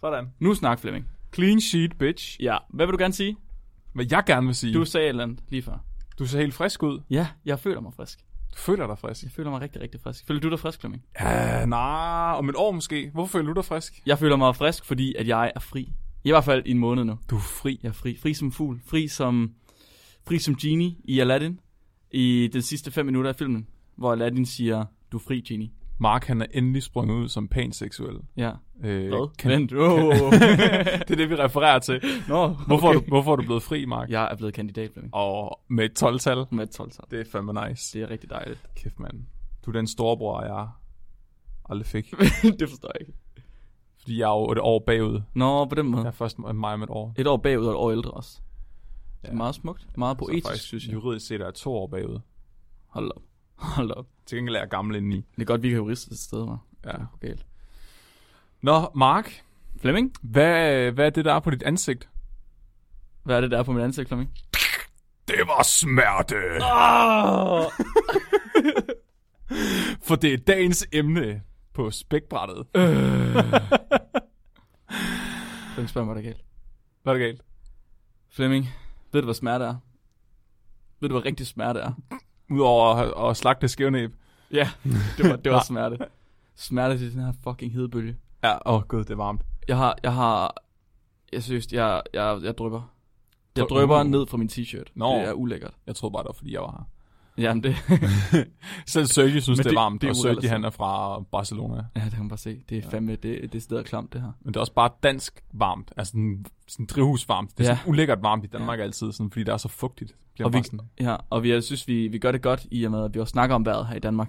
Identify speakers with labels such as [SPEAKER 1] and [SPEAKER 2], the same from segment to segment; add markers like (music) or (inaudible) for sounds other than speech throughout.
[SPEAKER 1] Sådan.
[SPEAKER 2] Nu snak, Flemming. Clean sheet, bitch.
[SPEAKER 1] Ja, hvad vil du gerne sige?
[SPEAKER 2] Hvad jeg gerne vil sige.
[SPEAKER 1] Du
[SPEAKER 2] Du,
[SPEAKER 1] sagde et eller andet lige før.
[SPEAKER 2] du ser helt frisk ud.
[SPEAKER 1] Ja, jeg føler mig frisk.
[SPEAKER 2] Du føler dig frisk.
[SPEAKER 1] Jeg føler mig rigtig, rigtig frisk. Føler du dig frisk, Flemming?
[SPEAKER 2] Ja, nej, om et år måske. Hvorfor føler du dig frisk?
[SPEAKER 1] Jeg føler mig frisk, fordi at jeg er fri. I hvert fald i en måned nu.
[SPEAKER 2] Du er fri.
[SPEAKER 1] Jeg er fri. Fri som fugl. Fri som, fri som genie i Aladdin. I den sidste fem minutter af filmen, hvor Aladdin siger, du er fri, genie.
[SPEAKER 2] Mark, han er endelig sprunget ud som panseksuel.
[SPEAKER 1] Ja.
[SPEAKER 2] Øh,
[SPEAKER 1] Hvad?
[SPEAKER 2] kan-
[SPEAKER 1] Vent. Oh, oh, oh.
[SPEAKER 2] (laughs)
[SPEAKER 1] (laughs)
[SPEAKER 2] det er det, vi refererer til.
[SPEAKER 1] Nå,
[SPEAKER 2] Hvorfor,
[SPEAKER 1] okay.
[SPEAKER 2] er, du, hvorfor er du blevet fri, Mark?
[SPEAKER 1] Jeg er blevet kandidat, Flemming.
[SPEAKER 2] Og med et 12-tal.
[SPEAKER 1] Med 12 -tal.
[SPEAKER 2] Det er fandme nice.
[SPEAKER 1] Det er rigtig dejligt.
[SPEAKER 2] Kæft, mand. Du er den storebror, jeg aldrig fik.
[SPEAKER 1] (laughs) det forstår jeg ikke.
[SPEAKER 2] Fordi jeg er jo et år bagud.
[SPEAKER 1] Nå, på den måde.
[SPEAKER 2] Jeg er først mig om et år.
[SPEAKER 1] Et år bagud og et år ældre også. Det er
[SPEAKER 2] Ja.
[SPEAKER 1] meget smukt. Meget
[SPEAKER 2] Så
[SPEAKER 1] poetisk,
[SPEAKER 2] faktisk,
[SPEAKER 1] synes jeg.
[SPEAKER 2] Juridisk set er jeg to år bagud.
[SPEAKER 1] Hold da op. Hold da op.
[SPEAKER 2] Til gengæld er jeg gammel indeni.
[SPEAKER 1] Det er godt, vi kan jurister til stede, var.
[SPEAKER 2] Ja.
[SPEAKER 1] Det er galt.
[SPEAKER 2] Nå, Mark.
[SPEAKER 1] Flemming,
[SPEAKER 2] Hvad, hvad er det, der er på dit ansigt?
[SPEAKER 1] hvad er det, der er på mit ansigt, Flemming?
[SPEAKER 2] Det var smerte.
[SPEAKER 1] Oh!
[SPEAKER 2] (laughs) For det er dagens emne på spækbrættet.
[SPEAKER 1] Flemming spørger mig, hvad der er galt.
[SPEAKER 2] Hvad er det galt?
[SPEAKER 1] Flemming, ved du, hvad smerte er? Ved du, hvad rigtig smerte er?
[SPEAKER 2] Udover at, at slagte skævnæb.
[SPEAKER 1] Ja, det var,
[SPEAKER 2] (laughs)
[SPEAKER 1] det var smerte. Smerte til den her fucking hedebølge.
[SPEAKER 2] Ja, åh oh, gud, det er varmt.
[SPEAKER 1] Jeg har, jeg har, jeg synes, jeg, jeg, jeg drøber. Jeg
[SPEAKER 2] Dryp-
[SPEAKER 1] drøber
[SPEAKER 2] Uh.
[SPEAKER 1] ned fra min t-shirt.
[SPEAKER 2] Nå.
[SPEAKER 1] Det er ulækkert.
[SPEAKER 2] Jeg troede bare, det var, fordi jeg var her.
[SPEAKER 1] Jamen det, (laughs)
[SPEAKER 2] Selv Sergi synes,
[SPEAKER 1] Men
[SPEAKER 2] det, det er
[SPEAKER 1] det-
[SPEAKER 2] varmt,
[SPEAKER 1] det er
[SPEAKER 2] og Sergi
[SPEAKER 1] urelateret.
[SPEAKER 2] han er fra Barcelona.
[SPEAKER 1] ja, det kan man bare se. Det er fandme, det, det sidder klamt, det her.
[SPEAKER 2] Men det er også bare dansk varmt, altså sådan, sådan drivhusvarmt. Det er
[SPEAKER 1] Ja.
[SPEAKER 2] ja. sådan ulækkert varmt i Danmark ja. altid, sådan, fordi det er så fugtigt. Det Bliver
[SPEAKER 1] Og vi-
[SPEAKER 2] bare sådan,
[SPEAKER 1] Ja, og vi, jeg synes, vi, vi gør det godt i og med, at vi også snakker om vejret her i Danmark.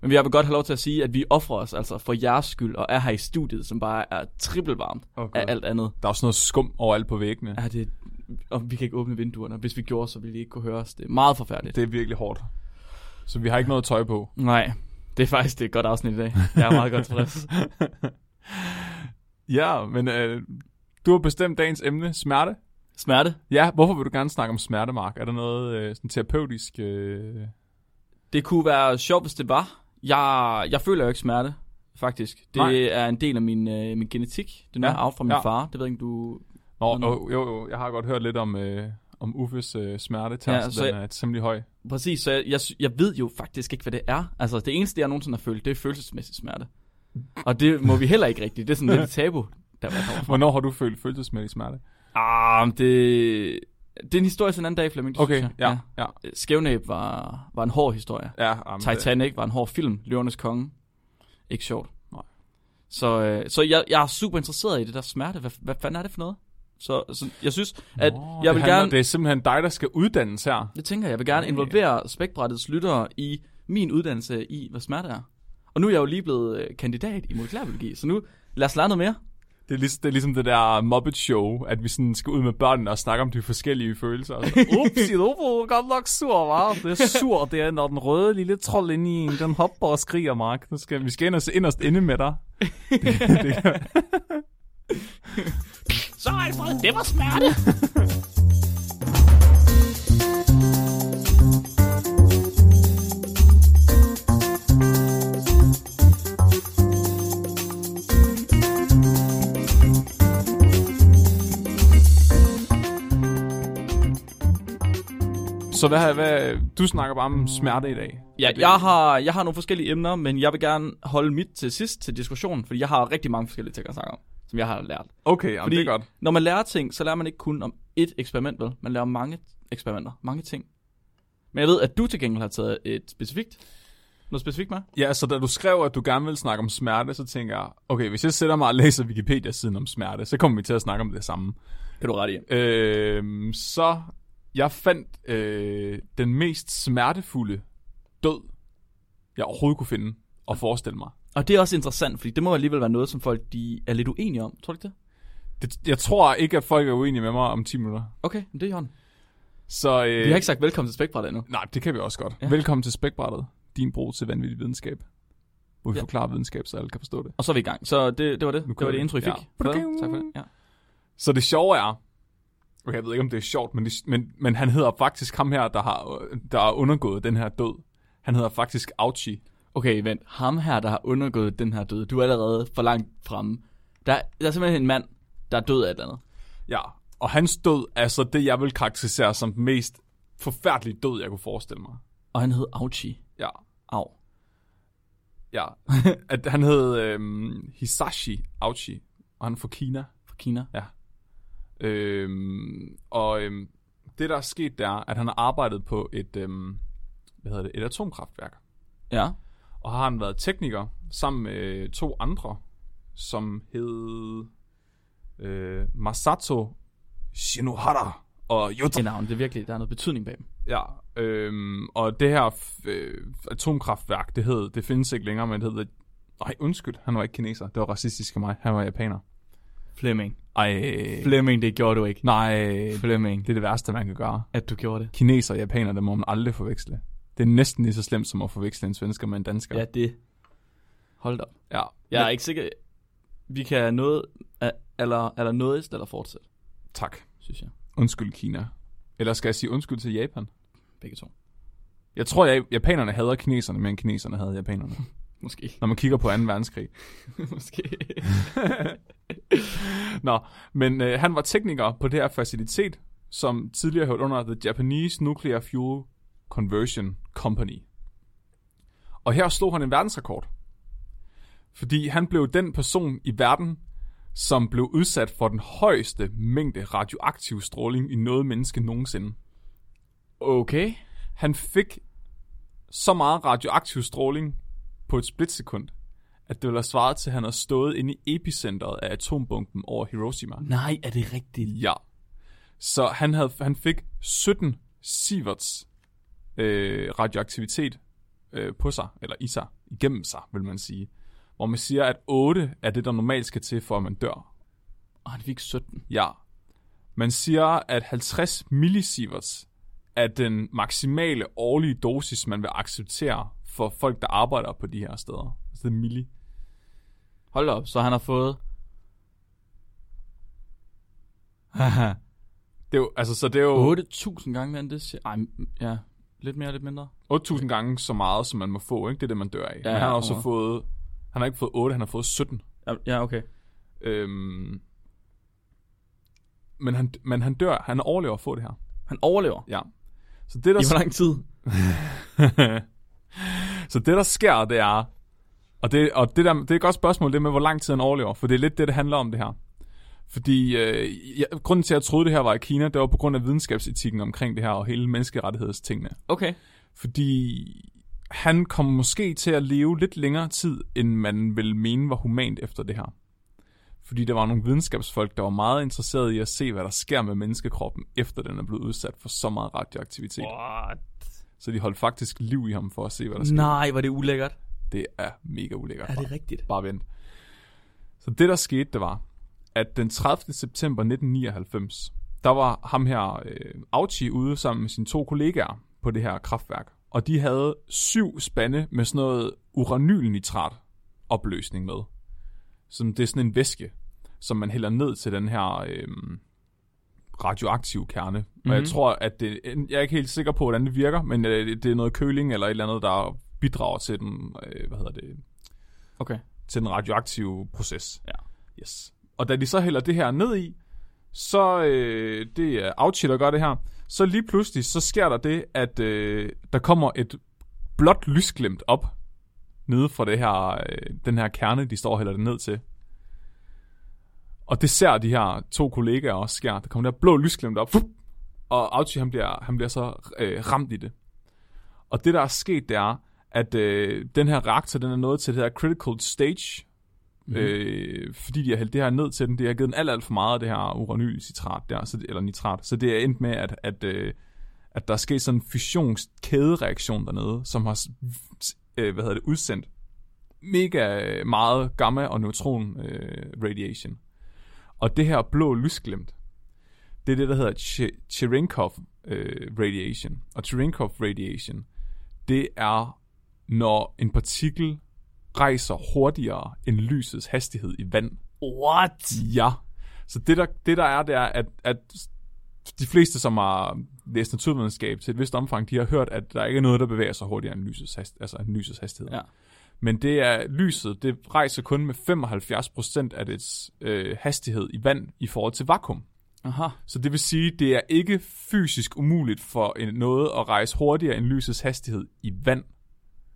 [SPEAKER 1] Men vi vil godt have lov til at sige, at vi offrer os altså for jeres skyld og er her i studiet, som bare er trippelvarmt
[SPEAKER 2] oh,
[SPEAKER 1] af alt andet.
[SPEAKER 2] Der er også noget skum overalt på væggene. Ja.
[SPEAKER 1] Er det, og vi kan ikke åbne vinduerne. Hvis vi gjorde, så ville I ikke kunne høre os. Det er meget forfærdeligt.
[SPEAKER 2] Det er virkelig hårdt. Så vi har ikke noget tøj på.
[SPEAKER 1] Nej, det er faktisk det er et godt afsnit i dag. Jeg er meget godt
[SPEAKER 2] (laughs)
[SPEAKER 1] tilfreds.
[SPEAKER 2] Ja, men øh, du har bestemt dagens emne, smerte.
[SPEAKER 1] Smerte,
[SPEAKER 2] Ja, hvorfor vil du gerne snakke om smerte, Mark? Er der noget øh, sådan terapeutisk? Øh...
[SPEAKER 1] det kunne være sjovt, hvis det var. Jeg, jeg føler jo ikke smerte, faktisk. Det
[SPEAKER 2] Nej.
[SPEAKER 1] er en del af min, øh, min genetik. Det er noget,
[SPEAKER 2] Ja,
[SPEAKER 1] ja. af fra min
[SPEAKER 2] ja.
[SPEAKER 1] ja. far. Det ved jeg ikke, du...
[SPEAKER 2] Nå,
[SPEAKER 1] Nå,
[SPEAKER 2] jo, jo, jo, jeg har godt hørt lidt om, øh, om Uffes øh, smerte. Ja,
[SPEAKER 1] Ja,
[SPEAKER 2] så
[SPEAKER 1] så
[SPEAKER 2] den er temmelig høj.
[SPEAKER 1] Præcis, så jeg, jeg, sy- jeg ved jo faktisk ikke, hvad det er. Altså, det eneste, jeg nogensinde har følt, det er følelsesmæssig smerte. Og det må vi heller ikke rigtigt. Det er sådan lidt et tabu, der hvor jeg kommer fra.
[SPEAKER 2] Hvornår har du følt følelsesmæssig smerte?
[SPEAKER 1] Ah, men det, det er en historie til en anden dag, Flemming. det
[SPEAKER 2] Okay,
[SPEAKER 1] synes
[SPEAKER 2] ja,
[SPEAKER 1] jeg.
[SPEAKER 2] ja. ja.
[SPEAKER 1] ja. Skævnæb var, var en hård historie.
[SPEAKER 2] Ja, jamen, det-
[SPEAKER 1] Titanic var en hård film. Løvernes konge. Ikke sjovt.
[SPEAKER 2] Nej.
[SPEAKER 1] Så, øh, så jeg, jeg er super interesseret i det der smerte. Hvad, hvad fanden er det for noget? Så, så jeg synes, at
[SPEAKER 2] Nå,
[SPEAKER 1] jeg
[SPEAKER 2] det
[SPEAKER 1] vil
[SPEAKER 2] handler-
[SPEAKER 1] gerne...
[SPEAKER 2] Det er simpelthen dig, der skal uddannes her.
[SPEAKER 1] Det tænker jeg. Jeg vil gerne
[SPEAKER 2] Okay.
[SPEAKER 1] involvere spækbrættets lyttere i min uddannelse i, hvad smerte er. Og nu er jeg jo lige blevet øh, kandidat i molekylærbiologi, så nu lad os lære noget mere.
[SPEAKER 2] Det er, ligesom, det er ligesom det der Muppet Show, at vi sådan skal ud med børnene og snakke om de forskellige følelser. Og så,
[SPEAKER 3] Ups, i er godt nok sur, var. Det er sur, det er, når den røde lille trold inde i en, den hopper og skriger, Mark.
[SPEAKER 2] nu skal, vi skal ind og se inderst inde med dig. Det, det, kan-
[SPEAKER 3] Så Alfred, det var smerte.
[SPEAKER 2] så hvad, hvad, du snakker bare om smerte i dag.
[SPEAKER 1] Ja, jeg har, jeg har nogle forskellige emner, men jeg vil gerne holde mit til sidst til diskussionen, fordi jeg har rigtig mange forskellige ting at snakke om, som jeg har lært.
[SPEAKER 2] Okay, jamen,
[SPEAKER 1] Fordi-
[SPEAKER 2] det er godt.
[SPEAKER 1] Når man lærer ting, så lærer man ikke kun om ét eksperiment, vel? Man lærer om mange eksperimenter, mange ting. Men jeg ved, at du til gengæld har taget et specifikt, noget specifikt med.
[SPEAKER 2] Ja, så da du skrev, at du gerne ville snakke om smerte, så tænker jeg, okay, hvis jeg sætter mig og læser Wikipedia-siden om smerte, så kommer vi til at snakke om det samme.
[SPEAKER 1] Kan du ret i?
[SPEAKER 2] Øh, så jeg fandt øh, den mest smertefulde død, jeg overhovedet kunne finde og forestille mig.
[SPEAKER 1] Og det er også interessant, fordi det må alligevel være noget, som folk de er lidt uenige om. Tror du ikke det?
[SPEAKER 2] Det, jeg tror ikke, at folk er uenige med mig om 10 minutter.
[SPEAKER 1] Okay, men det er i orden.
[SPEAKER 2] Så øh,
[SPEAKER 1] Vi har ikke sagt velkommen til Spækbræt endnu.
[SPEAKER 2] Nej, det kan vi også godt. Ja.
[SPEAKER 1] Ja.
[SPEAKER 2] Velkommen til Spækbrættet. Din bro til vanvittig videnskab. Hvor vi ja.
[SPEAKER 1] Ja.
[SPEAKER 2] forklarer videnskab, så alle kan forstå det.
[SPEAKER 1] Og så er vi i gang. Så det, det var det.
[SPEAKER 2] Nu
[SPEAKER 1] Det var
[SPEAKER 2] kører
[SPEAKER 1] det intro, I
[SPEAKER 2] vi.
[SPEAKER 1] fik.
[SPEAKER 2] Ja.
[SPEAKER 1] Hvad? Tak for det. Ja.
[SPEAKER 2] Så det sjove er... Okay, jeg ved ikke, om det er sjovt, men, det, men, men han hedder faktisk ham her, der har, der har undergået den her død. Han hedder faktisk Auchi.
[SPEAKER 1] Okay, vent. Ham her, der har undergået den her død, du er allerede for langt fremme. Der, er- der er simpelthen en mand, der er død af et eller andet.
[SPEAKER 2] Ja, og hans død er så det, jeg vil karakterisere som den mest forfærdelige død, jeg kunne forestille mig.
[SPEAKER 1] Og han hed Auchi.
[SPEAKER 2] Ja,
[SPEAKER 1] Au.
[SPEAKER 2] ja. At han hed øhm, Hisashi Auchi, og han er fra Kina.
[SPEAKER 1] Fra Kina.
[SPEAKER 2] Øhm, og øhm, det, der er sket, det er, at han har arbejdet på et, øhm, hvad hedder det, et atomkraftværk.
[SPEAKER 1] Ja.
[SPEAKER 2] Og har han været tekniker sammen med to andre, som hed øh, Masato Shinohara og Yota
[SPEAKER 1] Det navn, det er virkelig, der er noget betydning bag dem.
[SPEAKER 2] Ja, øhm, og det her f- øh, atomkraftværk, det hed, det findes ikke længere, men det hed... Nej, undskyld, han var ikke kineser. Det var racistisk af mig. Han var japaner.
[SPEAKER 1] Flemming.
[SPEAKER 2] Ej,
[SPEAKER 1] Flemming, det gjorde du ikke.
[SPEAKER 2] nej,
[SPEAKER 1] Flemming,
[SPEAKER 2] det er det værste, man kan gøre.
[SPEAKER 1] at du gjorde det.
[SPEAKER 2] Kineser og japaner, det må man aldrig forveksle. Det er næsten lige så slemt, som at forveksle en svensker med en dansker.
[SPEAKER 1] Ja, det. Hold da op.
[SPEAKER 2] ja.
[SPEAKER 1] Jeg
[SPEAKER 2] Men-
[SPEAKER 1] er ikke sikker. Vi kan noget, eller, eller noget, eller fortsætte,
[SPEAKER 2] Tak.
[SPEAKER 1] synes jeg.
[SPEAKER 2] Undskyld, Kina. Eller skal jeg sige undskyld til Japan?
[SPEAKER 1] Begge to.
[SPEAKER 2] Jeg tror, at japanerne hader kineserne, mere end kineserne hader japanerne.
[SPEAKER 1] Måske. (laughs)
[SPEAKER 2] Når man kigger på 2. verdenskrig.
[SPEAKER 1] Måske.
[SPEAKER 2] Nå, men øh, han var tekniker på det her facilitet, som tidligere hørte under The Japanese Nuclear Fuel Conversion Company. Og her slog han en verdensrekord. Fordi han blev den person i verden, som blev udsat for den højeste mængde radioaktiv stråling i noget menneske nogensinde.
[SPEAKER 1] Okay.
[SPEAKER 2] Han fik så meget radioaktiv stråling på et splitsekund, at det ville have svaret til, at han havde stået inde i epicentret af atombomben over Hiroshima.
[SPEAKER 1] Nej, er det rigtigt?
[SPEAKER 2] Ja. Så han, havde, han fik 17 sieverts øh, radioaktivitet øh, på sig, eller i sig, igennem sig, vil man sige. Hvor man siger, at 8 er det, der normalt skal til, for at man dør.
[SPEAKER 1] Og han fik 17.
[SPEAKER 2] Ja. Man siger, at 50 millisieverts er den maksimale årlige dosis, man vil acceptere for folk, der arbejder på de her steder. Altså det er milli.
[SPEAKER 1] Hold da op, så han har (laughs) fået...
[SPEAKER 2] Det er jo, altså, så det er jo
[SPEAKER 1] 8.000 gange mere end det. siger- Ej, m- ja. Lidt mere, lidt mindre.
[SPEAKER 2] 8.000 gange så meget, som man må få, ikke? Det er det, man dør af. Ja, Men han har også
[SPEAKER 1] over.
[SPEAKER 2] fået... Han har ikke fået 8, han har fået 17.
[SPEAKER 1] Ja, Ja, okay.
[SPEAKER 2] Øhm, men, han, men han dør, han overlever at få det her.
[SPEAKER 1] Han overlever.
[SPEAKER 2] Ja. Så det, der,
[SPEAKER 1] I hvor lang tid?
[SPEAKER 2] (laughs) så det, der sker, det er... Og, det, og det, der, det er et godt spørgsmål, det med, hvor lang tid han overlever. For det er lidt det, det handler om, det her. Fordi øh, jeg, grunden til, at jeg troede, det her var i Kina, det var på grund af videnskabsetikken omkring det her, og hele menneskerettighedstingene.
[SPEAKER 1] Okay.
[SPEAKER 2] Fordi han kom måske til at leve lidt længere tid, end man ville mene var humant efter det her. Fordi der var nogle videnskabsfolk, der var meget interesserede i at se, hvad der sker med menneskekroppen, efter den er blevet udsat for så meget radioaktivitet.
[SPEAKER 1] What?
[SPEAKER 2] Så de holdt faktisk liv i ham for at se, hvad der sker.
[SPEAKER 1] Nej, var det ulækkert.
[SPEAKER 2] Det er mega ulækkert.
[SPEAKER 1] Er
[SPEAKER 2] bare-
[SPEAKER 1] det rigtigt?
[SPEAKER 2] Bare vent. Så det, der skete, det var, at den 30. september 1999, der var ham her, øh, Auchi, ude sammen med sine to kollegaer på det her kraftværk. Og de havde syv spande med sådan noget uranylnitrat opløsning med. Som det er sådan en væske, som man hælder ned til den her øh, radioaktive kerne. Mm-hmm. Og jeg tror, at det... Jeg er ikke helt sikker på, hvordan det virker, men øh, det- det er noget køling eller et eller andet, der bidrager til den, øh, hvad hedder det,
[SPEAKER 1] Okay.
[SPEAKER 2] til den radioaktive proces.
[SPEAKER 1] Ja.
[SPEAKER 2] Yes. Og da de så hælder det her ned i, så øh, det er Auchi, der gør det her, så lige pludselig, så sker der det, at øh, der kommer et blåt lysglimt op nede fra det her, øh, den her kerne, de står og hælder det ned til. Og det ser de her to kollegaer også sker. Der kommer der blå lysglimt op, fup, og Auchi, han bliver, han bliver så øh, ramt i det. Og det, der er sket, det er, at øh, den her reaktor, den er nået til det her critical stage, mm-hmm. øh, fordi de har hældt det her ned til den. Det har givet den alt, alt for meget af det her uranylcitrat der, så det, eller nitrat. Så det er endt med, at, at, øh, at der er sket sådan en fusionskædereaktion dernede, som har s- s- øh, hvad hedder det, udsendt mega meget gamma- og neutron-radiation. og det her blå lysglimt, det er det, der hedder Che- Cherenkov øh, radiation. Og Cherenkov radiation, det er, når en partikel rejser hurtigere end lysets hastighed i vand.
[SPEAKER 1] What?
[SPEAKER 2] Ja. Så det der, det der er, det er, at, at de fleste, som har læst naturvidenskab til et vist omfang, de har hørt, at der ikke er noget, der bevæger sig hurtigere end lysets, hast, altså end lysets hastighed.
[SPEAKER 1] Ja.
[SPEAKER 2] Men det er lyset, det rejser kun med 75% af dets øh, hastighed i vand i forhold til vakuum.
[SPEAKER 1] Aha.
[SPEAKER 2] Så det vil sige, det er ikke fysisk umuligt for en- noget at rejse hurtigere end lysets hastighed i vand.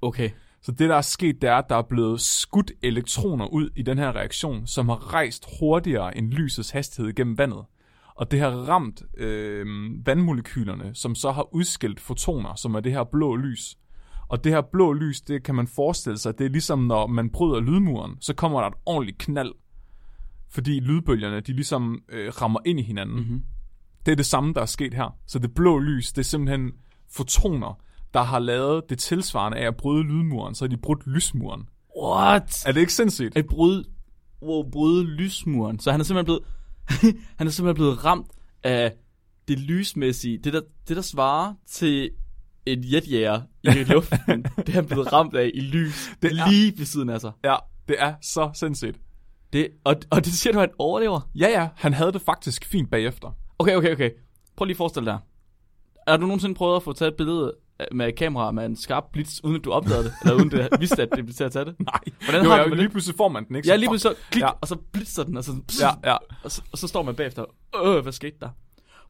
[SPEAKER 1] Okay.
[SPEAKER 2] Så det, der er sket, det er, at der er blevet skudt elektroner ud i den her reaktion, som har rejst hurtigere end lysets hastighed gennem vandet. Og det har ramt øh, vandmolekylerne, som så har udskilt fotoner, som er det her blå lys. Og det her blå lys, det kan man forestille sig, det er ligesom når man bryder lydmuren, så kommer der et ordentligt knald. Fordi lydbølgerne, de ligesom øh, rammer ind i hinanden. Mm-hmm. Det er det samme, der er sket her. Så det blå lys, det er simpelthen fotoner, der har lavet det tilsvarende af at bryde lydmuren, så har de brudt lysmuren.
[SPEAKER 1] What?
[SPEAKER 2] Er det ikke sindssygt?
[SPEAKER 1] At bryde, wow, bryde lysmuren. Så han er simpelthen blevet, (laughs) han er simpelthen blevet ramt af det lysmæssige, det der, det der svarer til et jetjæger
[SPEAKER 2] (laughs)
[SPEAKER 1] i luften. det er han blevet ramt af i lys,
[SPEAKER 2] Det
[SPEAKER 1] det
[SPEAKER 2] er-
[SPEAKER 1] lige ved siden af sig.
[SPEAKER 2] Ja, det er så sindssygt.
[SPEAKER 1] Det, og, og det siger du, at han overlever?
[SPEAKER 2] Ja, ja, han havde det faktisk fint bagefter.
[SPEAKER 1] Okay, okay, okay. Prøv lige at forestille dig. Har du nogensinde prøvet at få taget et billede af- med et kamera med en skarp blitz, uden at du opdagede det? eller uden
[SPEAKER 2] (laughs)
[SPEAKER 1] at du vidste, at det blev til at tage det?
[SPEAKER 2] Nej,
[SPEAKER 1] Hvordan
[SPEAKER 2] jo,
[SPEAKER 1] har
[SPEAKER 2] jeg,
[SPEAKER 1] du det?
[SPEAKER 2] lige pludselig får man den, ikke?
[SPEAKER 1] Ja,
[SPEAKER 2] Så
[SPEAKER 1] lige
[SPEAKER 2] fuck.
[SPEAKER 1] pludselig så klik,
[SPEAKER 2] Ja.
[SPEAKER 1] ja. og så blitzer den, og så,
[SPEAKER 2] Ja, ja.
[SPEAKER 1] og, så, og så står man bagefter, øh, hvad skete der?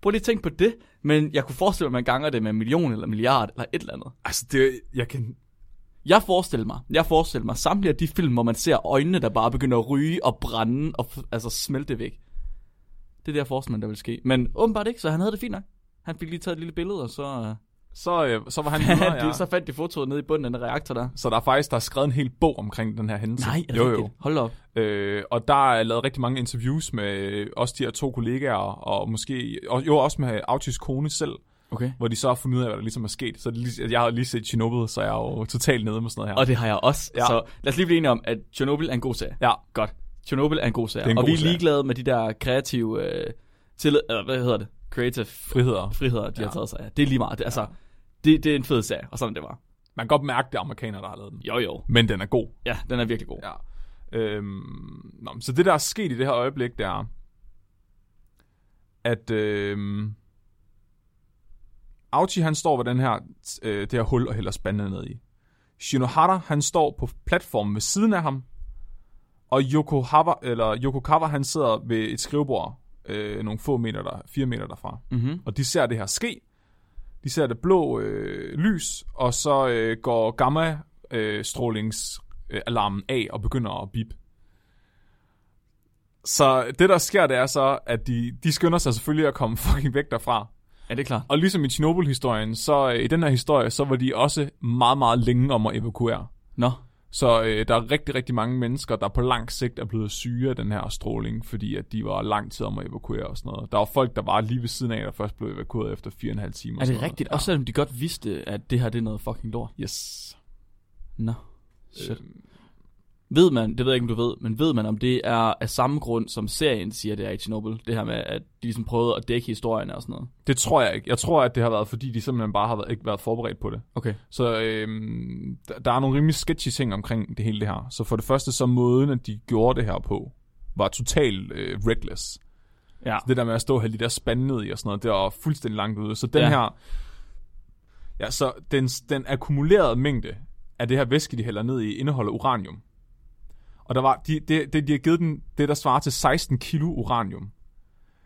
[SPEAKER 1] Prøv lige at tænke på det, men jeg kunne forestille mig, at man ganger det med en million eller en milliard eller et eller andet.
[SPEAKER 2] Altså, det, jeg kan...
[SPEAKER 1] Jeg forestiller mig, jeg forestiller mig samtlige af de film, hvor man ser øjnene, der bare begynder at ryge og brænde og f- altså smelte væk. Det er det, jeg forestiller mig, der vil ske. Men åbenbart ikke, så han havde det fint nok. Han fik lige taget et lille billede, og så, øh,
[SPEAKER 2] Så, øh, så var han
[SPEAKER 1] (laughs) ja,
[SPEAKER 2] videre,
[SPEAKER 1] ja.
[SPEAKER 2] ja.
[SPEAKER 1] Det, så fandt de fotoet nede i bunden af den reaktor der.
[SPEAKER 2] Så der er faktisk der er skrevet en hel bog omkring den her hændelse.
[SPEAKER 1] Nej, er det
[SPEAKER 2] jo, jo.
[SPEAKER 1] rigtigt? Hold da op.
[SPEAKER 2] Øh, og der er lavet rigtig mange interviews med øh, også de her to kollegaer, og måske og, jo også med Autis kone selv,
[SPEAKER 1] Okay.
[SPEAKER 2] hvor de så har fundet ud af, hvad der ligesom er sket. Så er det lige, jeg har lige set Chernobyl, så jeg er jo totalt nede med sådan noget her.
[SPEAKER 1] Og det har jeg også.
[SPEAKER 2] Ja.
[SPEAKER 1] Ja. Så lad os lige blive enige om, at Chernobyl er en god serie.
[SPEAKER 2] Ja,
[SPEAKER 1] Godt. Chernobyl er en god serie.
[SPEAKER 2] Det er en
[SPEAKER 1] og
[SPEAKER 2] god
[SPEAKER 1] vi er
[SPEAKER 2] serie.
[SPEAKER 1] ligeglade med de der kreative... Øh, til, øh, hvad hedder det? Creative fri-
[SPEAKER 2] friheder.
[SPEAKER 1] friheder, de ja.
[SPEAKER 2] Ja.
[SPEAKER 1] har taget sig af. Det er lige meget. Det, altså, det, det er en fed serie, og sådan det var.
[SPEAKER 2] Man kan godt mærke, det er amerikanere, der har lavet den.
[SPEAKER 1] Jo jo.
[SPEAKER 2] Men den er god.
[SPEAKER 1] Ja, den er virkelig god. Ja.
[SPEAKER 2] Ja. Øhm, nå, men så det, der er sket i det her øjeblik, det er, at øhm, Auchi, han står ved den her, t- øh, det her hul og hælder spanden ned i. Shinohara, han står på platformen ved siden af ham, og Yokohava, eller Yokokawa, han sidder ved et skrivebord øh, nogle få meter der, fire meter derfra.
[SPEAKER 1] Mm-hmm.
[SPEAKER 2] Og de ser det her ske. De ser det blå øh, lys, og så øh, går gamma-strålingsalarmen øh, alarmen af og begynder at bip. Så det, der sker, det er så, at de, de skynder sig selvfølgelig at komme (laughs) fucking væk derfra.
[SPEAKER 1] Ja, det er klart.
[SPEAKER 2] Og ligesom i Chernobyl-historien, så øh, i den her historie, så var de også meget, meget længe om at evakuere.
[SPEAKER 1] Nå.
[SPEAKER 2] Så øh, der er rigtig, rigtig mange mennesker, der på lang sigt er blevet syge af den her stråling, fordi at de var lang tid om at evakuere og sådan noget. Der var folk, der var lige ved siden af, der først blev evakueret efter 4,5 timer.
[SPEAKER 1] Er
[SPEAKER 2] og sådan
[SPEAKER 1] det
[SPEAKER 2] noget.
[SPEAKER 1] rigtigt? Også selvom de godt vidste, at det her det er noget fucking lort.
[SPEAKER 2] Ja. Yes. Øh,
[SPEAKER 1] Nå. Shit. Øh, Ved man, det ved jeg ikke, om du ved, men ved man, om det er af samme grund, som serien siger, det er i Chernobyl? Det her med, at de ligesom prøvede at dække historien og sådan noget.
[SPEAKER 2] Det tror jeg ikke. Jeg tror, at det har været, fordi de simpelthen bare har været, ikke været forberedt på det.
[SPEAKER 1] Okay.
[SPEAKER 2] Så øhm, der, der er nogle rimelig sketchy ting omkring det hele det her. Så for det første, så måden, at de gjorde det her på, var totalt øh, reckless.
[SPEAKER 1] Ja.
[SPEAKER 2] Det der med at stå og have de der spande ned i og sådan noget, det var fuldstændig langt ude. Så den ja.
[SPEAKER 1] Ja.
[SPEAKER 2] her... Ja, så den, den akkumulerede mængde af det her væske, de hælder ned i, indeholder uranium. Og der var, de, de, de, de har givet den det, der svarer til 16 kilo uranium.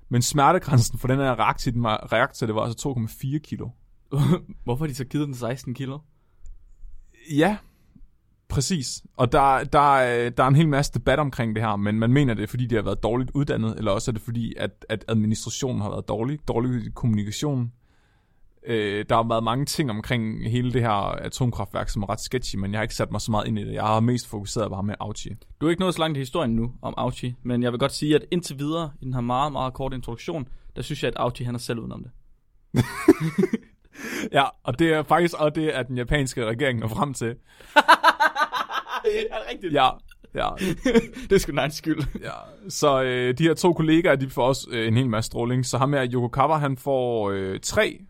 [SPEAKER 2] Men smertegrænsen for den her reaktor, den var, reaktor det var altså 2,4 kilo.
[SPEAKER 1] (laughs) Hvorfor har de så givet den 16 kilo?
[SPEAKER 2] Ja, præcis. Og der, der, øh, der er en hel masse debat omkring det her, men man mener det, er, fordi de har været dårligt uddannet, eller også er det fordi, at, at administrationen har været dårlig, dårlig kommunikation. Øh, der har været mange ting omkring hele det her atomkraftværk, som er ret sketchy, men jeg har ikke sat mig så meget ind i det. Jeg har mest fokuseret på ham med Auchi.
[SPEAKER 1] Du er ikke nået så langt i historien nu om Auchi, men jeg vil godt sige, at indtil videre, i den her meget, meget korte introduktion, der synes jeg, at Auchi han er selv udenom det.
[SPEAKER 2] Ja, og det er faktisk også det, at den japanske regering når frem til.
[SPEAKER 1] det er rigtigt.
[SPEAKER 2] Ja, ja,
[SPEAKER 1] (laughs) det er sgu den egen skyld.
[SPEAKER 2] Ja, så øh, de her to kollegaer, de får også øh, en hel masse stråling. Så ham her, Yokokawa, han får øh, tre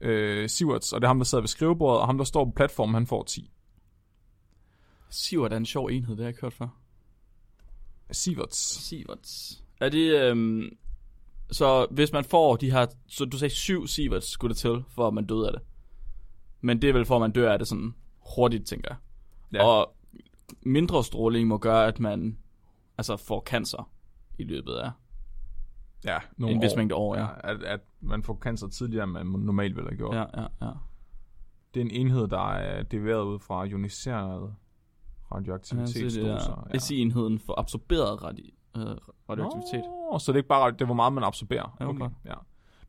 [SPEAKER 2] øh, sieverts, og det er ham, der sidder ved skrivebordet, og ham, der står på platformen, han får 10
[SPEAKER 1] Sivert er en sjov enhed, det har jeg ikke hørt før.
[SPEAKER 2] sieverts.
[SPEAKER 1] Siverts. Er det, øhm, så hvis man får de her, så du sagde syv Siverts skulle det til, for at man døde af det. Men det er vel for, at man dør af det sådan hurtigt, tænker jeg.
[SPEAKER 2] Ja.
[SPEAKER 1] Ja. Og mindre stråling må gøre, at man altså får cancer i løbet af
[SPEAKER 2] Ja, nogle
[SPEAKER 1] en vis
[SPEAKER 2] år.
[SPEAKER 1] mængde år. Ja.
[SPEAKER 2] Ja, at, at man får cancer tidligere, end man normalt ville have gjort.
[SPEAKER 1] Ja, ja, ja.
[SPEAKER 2] Det er en enhed, der er deriveret ud fra ioniseret
[SPEAKER 1] Ja, så det
[SPEAKER 2] radioaktivitetsdoser.
[SPEAKER 1] er SI-enheden for absorberet radi- øh, radioaktivitet.
[SPEAKER 2] Nå, så det er ikke bare, det var meget, man absorberer.
[SPEAKER 1] Ja, okay.
[SPEAKER 2] Ja.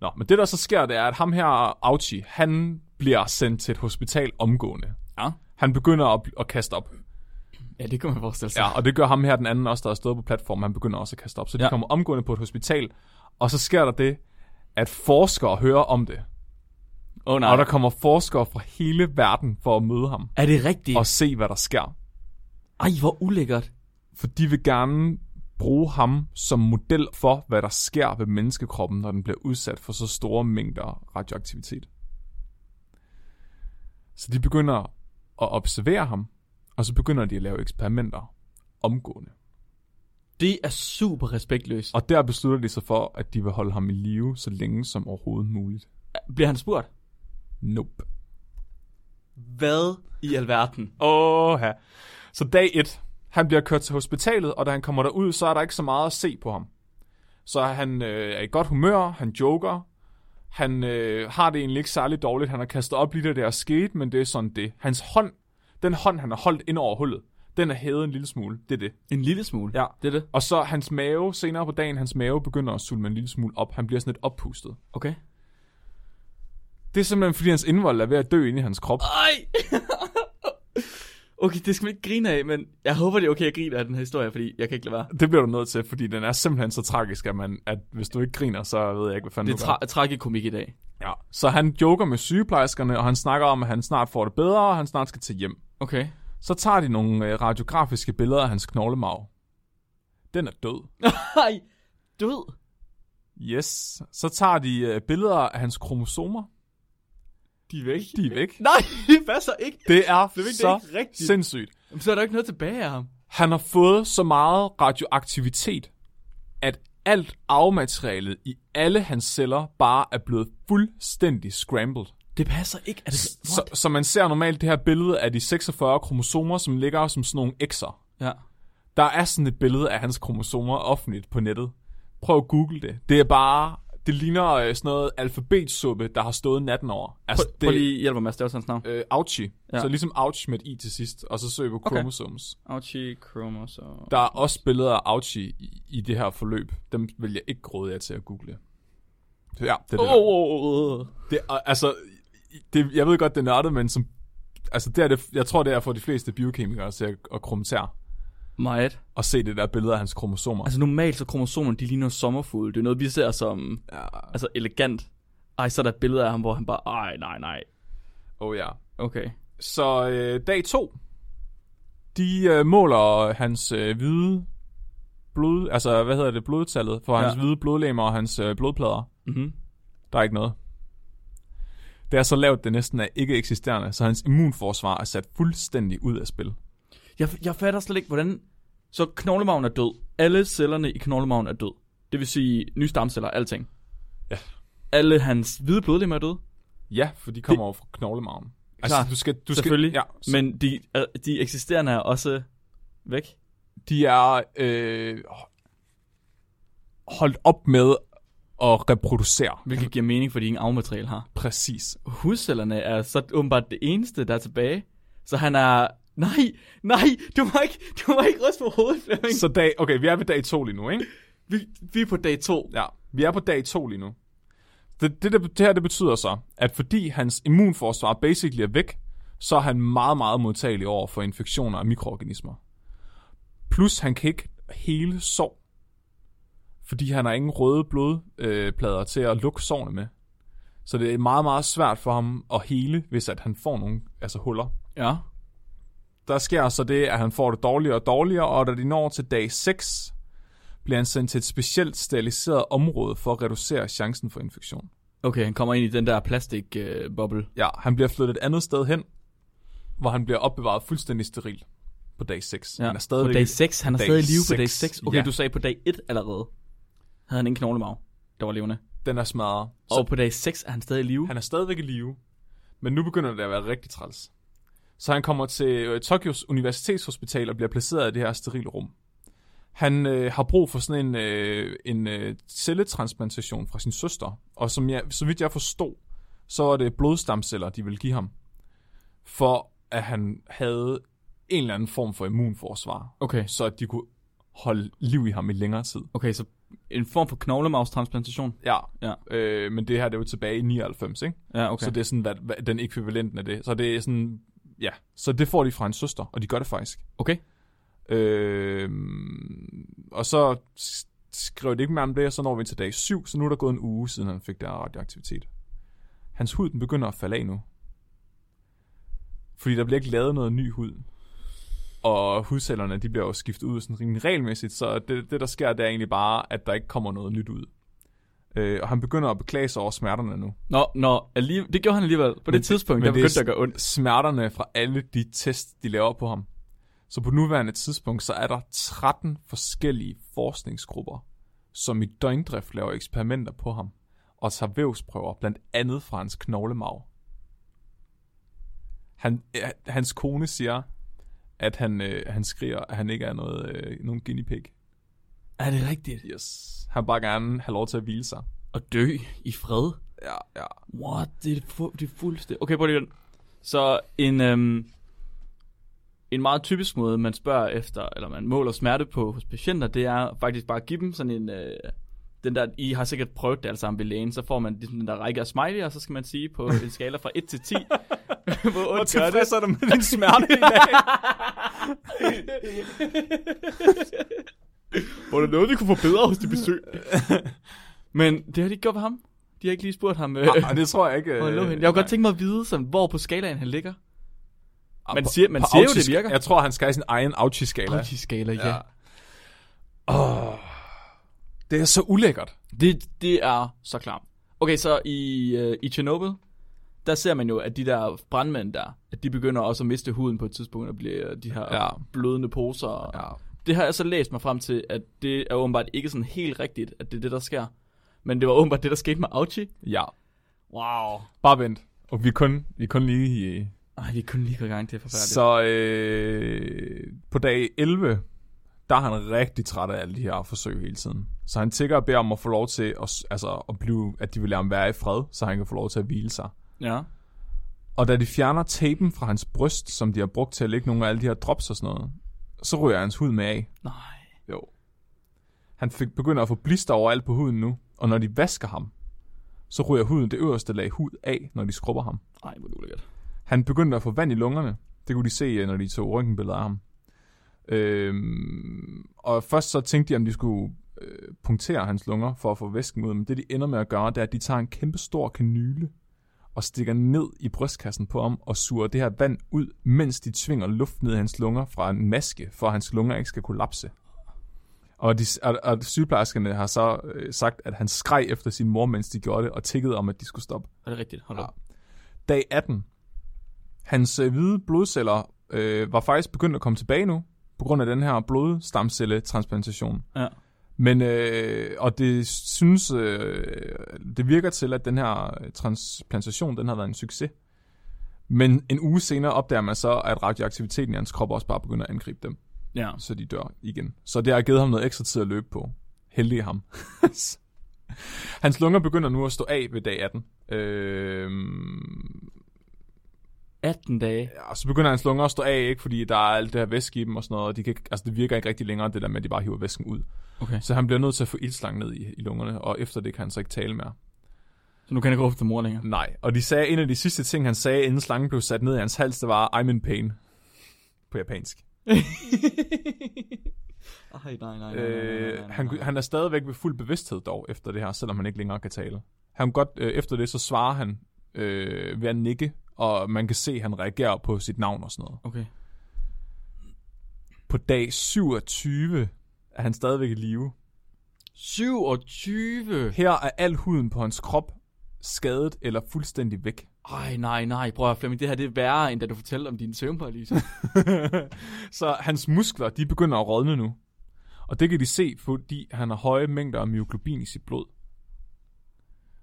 [SPEAKER 2] Nå, men det der så sker, det er, at ham her, Auchi, han bliver sendt til et hospital omgående.
[SPEAKER 1] Ja.
[SPEAKER 2] Han begynder at, bl- at kaste op.
[SPEAKER 1] Ja, det kan man forestille sig.
[SPEAKER 2] Ja, og det gør ham her, den anden også, der er stået på platformen, han begynder også at kaste op. Så de
[SPEAKER 1] Ja.
[SPEAKER 2] kommer omgående på et hospital, og så sker der det, at forskere hører om det.
[SPEAKER 1] Oh,
[SPEAKER 2] Nej.
[SPEAKER 1] nej.
[SPEAKER 2] Og der kommer forskere fra hele verden for at møde ham
[SPEAKER 1] Er det rigtigt?
[SPEAKER 2] og se, hvad der sker.
[SPEAKER 1] Ej, hvor ulækkert.
[SPEAKER 2] For de vil gerne bruge ham som model for, hvad der sker ved menneskekroppen, når den bliver udsat for så store mængder radioaktivitet. Så de begynder at observere ham, og så begynder de at lave eksperimenter omgående.
[SPEAKER 1] Det er super respektløst. Og
[SPEAKER 2] Og der beslutter de sig for, at de vil holde ham i live så længe som overhovedet muligt.
[SPEAKER 1] bliver han spurgt?
[SPEAKER 2] Nope.
[SPEAKER 1] Hvad i alverden?
[SPEAKER 2] Åh, ja. Så dag 1, han bliver kørt til hospitalet, og da han kommer derud, så er der ikke så meget at se på ham. Så han øh, er i godt humør, han joker, han øh, har det egentlig ikke særlig dårligt, han har kastet op lige da det er sket, men det er sådan det. Hans hånd, den hånd, han har holdt ind over hullet, den er hævet en lille smule, det er det.
[SPEAKER 1] En lille smule.
[SPEAKER 2] Ja.
[SPEAKER 1] Det er det.
[SPEAKER 2] Og så hans mave, senere på dagen, hans mave begynder at sulme en lille smule op, han bliver sådan lidt oppustet.
[SPEAKER 1] Okay.
[SPEAKER 2] Det er simpelthen fordi hans indvold er ved at dø inde i hans krop.
[SPEAKER 1] Ej! (laughs) okay, det skal man ikke grine af, men jeg håber, det er okay, at grine af den her historie, fordi jeg kan ikke lade være.
[SPEAKER 2] Det bliver du nødt til, fordi den er simpelthen så tragisk, at, man, at hvis du ikke griner, så ved jeg ikke, hvad fanden
[SPEAKER 1] Det
[SPEAKER 2] du gør.
[SPEAKER 1] er tra- tragikomik i dag.
[SPEAKER 2] Ja, så han joker med sygeplejerskerne, og han snakker om, at han snart får det bedre, og han snart skal til hjem.
[SPEAKER 1] Okay.
[SPEAKER 2] Så tager de nogle øh, radiografiske billeder af hans knoglemarv. Den er død.
[SPEAKER 1] Ej! Død. (laughs)
[SPEAKER 2] Yes. Så tager de øh, billeder af hans kromosomer.
[SPEAKER 1] De er væk.
[SPEAKER 2] De er væk.
[SPEAKER 1] Nej, det passer ikke.
[SPEAKER 2] Det er
[SPEAKER 1] Det er ikke- det er
[SPEAKER 2] så
[SPEAKER 1] ikke rigtigt.
[SPEAKER 2] sindssygt.
[SPEAKER 1] Jamen, Så er der ikke noget tilbage af ham.
[SPEAKER 2] Han har fået så meget radioaktivitet, at alt arvematerialet i alle hans celler bare er blevet fuldstændig scrambled.
[SPEAKER 1] Det passer ikke. Er det
[SPEAKER 2] Så, så man ser normalt det her billede af de 46 kromosomer, som ligger som sådan nogle x'er.
[SPEAKER 1] Ja.
[SPEAKER 2] Der er sådan et billede af hans kromosomer offentligt på nettet. Prøv at google det. Det er bare... Det ligner øh, sådan noget alfabetsuppe, der har stået natten over. Altså,
[SPEAKER 1] Prøv,
[SPEAKER 2] det
[SPEAKER 1] prøv lige hjælp mig med at stave til hans navn.
[SPEAKER 2] øh, Auchi.
[SPEAKER 1] Ja.
[SPEAKER 2] Ja. Så ligesom Auchi med et i til sidst, og så søg på
[SPEAKER 1] Okay.
[SPEAKER 2] chromosomes.
[SPEAKER 1] Auchi, chromosome.
[SPEAKER 2] Der er også billeder af Auchi i, i det her forløb. Dem vil jeg ikke råde jer til at google. Så ja, det er det.
[SPEAKER 1] Åh,
[SPEAKER 2] der.
[SPEAKER 1] oh, oh.
[SPEAKER 2] Det, og, altså, det, jeg ved godt, det er nørdet, men som, altså, det er det, jeg tror, det er for de fleste biokemikere til at, at kommentere
[SPEAKER 1] Meget.
[SPEAKER 2] og se det der billede af hans kromosomer.
[SPEAKER 1] Altså normalt så kromosomerne, de ligner sommerfugle. Det er noget, vi ser som
[SPEAKER 2] ja.
[SPEAKER 1] altså elegant. Ej, så er der et billede af ham, hvor han bare, ej, nej, nej.
[SPEAKER 2] Oh, ja.
[SPEAKER 1] Okay.
[SPEAKER 2] Så øh, dag to, de øh, måler hans øh, hvide blod, altså hvad hedder det, blodtallet for
[SPEAKER 1] Ja.
[SPEAKER 2] ja. hans hvide blodlegemer og hans øh, blodplader.
[SPEAKER 1] Mhm.
[SPEAKER 2] Der er ikke noget. Det er så lavt, det næsten er ikke eksisterende, så hans immunforsvar er sat fuldstændig ud af spil.
[SPEAKER 1] Jeg, jeg fatter slet ikke, hvordan... Så knoglemagen er død. Alle cellerne i knoglemagen er død. Det vil sige nye stamceller, alting.
[SPEAKER 2] Ja.
[SPEAKER 1] Alle hans hvide blodlemmer er døde,
[SPEAKER 2] Ja, for de kommer det... over fra knoglemarven. Altså,
[SPEAKER 1] Klart.
[SPEAKER 2] du skal, du skal,
[SPEAKER 1] selvfølgelig.
[SPEAKER 2] Ja, men
[SPEAKER 1] Men de, øh, de eksisterende er også væk.
[SPEAKER 2] de er øh, holdt op med at reproducere.
[SPEAKER 1] Hvilket giver mening, fordi de ingen afmateriale har.
[SPEAKER 2] Præcis.
[SPEAKER 1] Hudcellerne er så åbenbart det eneste, der er tilbage. Så han er... Nej, nej, du må ikke, du må ikke ryste på hovedet, Flemming.
[SPEAKER 2] Så dag, okay, vi er ved dag to lige nu, ikke?
[SPEAKER 1] Vi, vi er på dag to.
[SPEAKER 2] Ja, vi er på dag to lige nu. Det, det, det, det her det betyder så, at fordi hans immunforsvar basically er væk, så er han meget, meget modtagelig over for infektioner af mikroorganismer. Plus han kan ikke hele sår, fordi han har ingen røde blodplader øh, plader til at lukke sårene med. Så det er meget, meget svært for ham at hele, hvis at han får nogle altså huller.
[SPEAKER 1] Ja.
[SPEAKER 2] Der sker så det, at han får det dårligere og dårligere, og da de når til dag 6, bliver han sendt til et specielt steriliseret område for at reducere chancen for infektion.
[SPEAKER 1] Okay, han kommer ind i den der plastikboble. Øh, boble.
[SPEAKER 2] Ja, han bliver flyttet et andet sted hen, hvor han bliver opbevaret fuldstændig steril på dag 6. Han er stadigvæk...
[SPEAKER 1] på dag 6, han er
[SPEAKER 2] dag
[SPEAKER 1] stadig i live på
[SPEAKER 2] seks,
[SPEAKER 1] dag 6. Okay,
[SPEAKER 2] ja.
[SPEAKER 1] du sagde på dag 1 allerede. Havde han ingen knoglemarv, der var levende.
[SPEAKER 2] Den er smadret.
[SPEAKER 1] Og
[SPEAKER 2] Så (laughs)
[SPEAKER 1] på dag 6 er han stadig i live.
[SPEAKER 2] han er stadigvæk i live, men nu begynder det at være rigtig træls. Så han kommer til øh, Tokyos Universitetshospital og bliver placeret i det her sterile rum. Han øh, har brug for sådan en, øh, en øh, celletransplantation fra sin søster, og som jeg, så vidt jeg forstod, så var det blodstamceller, de ville give ham, for at han havde en eller anden form for immunforsvar,
[SPEAKER 1] Okay.
[SPEAKER 2] så at de kunne holde liv i ham i længere tid.
[SPEAKER 1] Okay, så en form for knoglemavstransplantation.
[SPEAKER 2] Ja,
[SPEAKER 1] Ja.
[SPEAKER 2] Øh, men det her det er jo tilbage i 99, ikke?
[SPEAKER 1] Ja,
[SPEAKER 2] Okay.
[SPEAKER 1] okay.
[SPEAKER 2] Så det er sådan hvad, hvad, den ekvivalenten af det. Så det er sådan, ja. Så det får de fra en søster, og de gør det faktisk.
[SPEAKER 1] Okay.
[SPEAKER 2] Øh, Øhm, og så s- skrev de ikke mere om det, og så når vi til dag 7, så nu er der gået en uge, siden han fik der radioaktivitet. Hans hud, den begynder at falde af nu. Fordi der bliver ikke lavet noget ny hud. Og hudcellerne, de bliver jo skiftet ud sådan rimelig regelmæssigt, så det, det, der sker, det er egentlig bare, at der ikke kommer noget nyt ud. Øh, og han begynder at beklage sig over smerterne nu.
[SPEAKER 1] Nå, nå alligevel, det gjorde han alligevel. På det tidspunkt, der
[SPEAKER 2] det er
[SPEAKER 1] begyndte det
[SPEAKER 2] s-
[SPEAKER 1] at gøre ondt.
[SPEAKER 2] smerterne fra alle de test, de laver på ham. Så på nuværende tidspunkt, så er der 13 forskellige forskningsgrupper, som i døgndrift laver eksperimenter på ham, og tager vævsprøver, blandt andet fra hans knoglemarv. Han, øh, hans kone siger, at han, øh, han skriger, at han ikke er noget, øh, nogen guinea pig.
[SPEAKER 1] Er det rigtigt?
[SPEAKER 2] Yes. Han vil bare gerne have lov til at hvile sig.
[SPEAKER 1] At dø i fred?
[SPEAKER 2] Ja, ja.
[SPEAKER 1] What? Det er, fu- det er fuldstændig... Okay, prøv lige igen. Så en, øhm, en meget typisk måde, man spørger efter, eller man måler smerte på hos patienter, det er faktisk bare at give dem sådan en... Øh, den der, I har sikkert prøvet det alle sammen ved lægen, så får man ligesom den der række af smiley, og så skal man sige på en skala fra 1
[SPEAKER 2] (laughs)
[SPEAKER 1] til 10, hvor ondt gør det.
[SPEAKER 2] er du med din smerte
[SPEAKER 1] (laughs)
[SPEAKER 2] i dag?
[SPEAKER 1] Var det noget, de kunne forbedre hos de
[SPEAKER 2] (laughs)
[SPEAKER 1] besøg? Men det har de ikke gjort ved ham. De har ikke lige spurgt ham, øh,
[SPEAKER 2] Nej, det tror jeg ikke.
[SPEAKER 1] hvor han lå
[SPEAKER 2] øh,
[SPEAKER 1] henne. Jeg kunne
[SPEAKER 2] nej.
[SPEAKER 1] godt tænke mig at vide, sådan, hvor på skalaen han ligger. Man
[SPEAKER 2] Ah, på-
[SPEAKER 1] siger- man
[SPEAKER 2] på
[SPEAKER 1] siger jo, det
[SPEAKER 2] Auchi-sk-
[SPEAKER 1] virker.
[SPEAKER 2] Jeg tror, han skal i sin egen Auchi-skala.
[SPEAKER 1] Auchi-skala,
[SPEAKER 2] ja. Oh, det er så ulækkert.
[SPEAKER 1] Det, det er så klart. Okay, så i, øh, i Chernobyl, der ser man jo, at de der brandmænd der, at de begynder også at miste huden på et tidspunkt, og bliver de her ja.
[SPEAKER 2] Ja.
[SPEAKER 1] blødende poser. Ja. Det har jeg så læst mig frem til, at det er åbenbart ikke sådan helt rigtigt, at det er det, der sker. Men det var åbenbart det, der skete med Auchi.
[SPEAKER 2] ja.
[SPEAKER 1] Wow.
[SPEAKER 2] Bare vent. Og vi er kun, vi er kun lige i...
[SPEAKER 1] Ej, vi kunne lige gå i gang, det er forfærdeligt. Så...
[SPEAKER 2] Så øh, på dag 11, der er han rigtig træt af alle de her forsøg hele tiden. Så han tigger og beder om at få lov til at, s- altså, at blive, at de vil lade ham være i fred, så han kan få lov til at hvile sig.
[SPEAKER 1] Ja.
[SPEAKER 2] Og da de fjerner tapen fra hans bryst, som de har brugt til at lægge nogle af alle de her drops og sådan noget, så ryger hans hud med af.
[SPEAKER 1] Nej.
[SPEAKER 2] Jo. Han fik, begynder at få blister overalt på huden nu, og når de vasker ham, så ryger huden det øverste lag hud af, når de skrubber ham.
[SPEAKER 1] Ej, hvor er det ulækkert.
[SPEAKER 2] Han begyndte at få vand i lungerne. Det kunne de se, øh, når de tog røntgenbilleder af ham. Øhm, og først så tænkte de, om de skulle øh, punktere hans lunger for at få væsken ud, men det de ender med at gøre, det er, at de tager en kæmpe stor kanyle og stikker ned i brystkassen på ham og suger det her vand ud, mens de tvinger luft ned i hans lunger fra en maske, for at hans lunger ikke skal kollapse. Og, de, og, og sygeplejerskerne har så øh, sagt, at han skreg efter sin mor, mens de gjorde det, og tikkede om, at de skulle stoppe.
[SPEAKER 1] Er det rigtigt? Hold
[SPEAKER 2] Ja.
[SPEAKER 1] op.
[SPEAKER 2] Dag 18. Hans øh, hvide blodceller øh, var faktisk begyndt at komme tilbage nu, på grund af den her blodstamcelletransplantation.
[SPEAKER 1] Ja.
[SPEAKER 2] Men, øh, og det synes, øh, det virker til, at den her øh, transplantation, den har været en succes. Men en uge senere opdager man så, at radioaktiviteten i hans krop også bare begynder at angribe dem,
[SPEAKER 1] Ja.
[SPEAKER 2] så de dør igen. Så det har givet ham noget ekstra tid at løbe på. Heldig ham. (laughs) hans lunger begynder nu at stå af ved dag 18. Øh,
[SPEAKER 1] 18 dage.
[SPEAKER 2] Ja, og så begynder hans lunger at stå af, ikke? fordi der er alt det her væske i dem og sådan noget, og de kan, ikke- altså, det virker ikke rigtig længere, det der med, at de bare hiver væsken ud.
[SPEAKER 1] Okay.
[SPEAKER 2] Så han bliver nødt til at få ildslang ned i, i lungerne, og efter det kan han så ikke tale mere.
[SPEAKER 1] Så nu kan jeg ikke råbe til mor længere.
[SPEAKER 2] Nej, og de sagde, en af de sidste ting, han sagde, inden slangen blev sat ned i hans hals, det var, I'm in pain. På japansk.
[SPEAKER 1] (laughs) Ej, nej, nej, nej,
[SPEAKER 2] Øh, han, han er stadigvæk ved fuld bevidsthed dog, efter det her, selvom han ikke længere kan tale. Han kan godt, øh, efter det, så svarer han øh, ved at nikke, og man kan se, at han reagerer på sit navn og sådan noget.
[SPEAKER 1] Okay.
[SPEAKER 2] På dag 27 er han stadigvæk i live.
[SPEAKER 1] 27!
[SPEAKER 2] Her er al huden på hans krop skadet eller fuldstændig
[SPEAKER 1] (laughs)
[SPEAKER 2] væk.
[SPEAKER 1] Ej, nej, nej. Prøv at høre, Flemming, det her det er værre, end da du fortalte om din søvnparalyse.
[SPEAKER 2] så hans muskler, de begynder at rådne nu. Og det kan de se, fordi han har høje mængder af myoglobin i sit blod.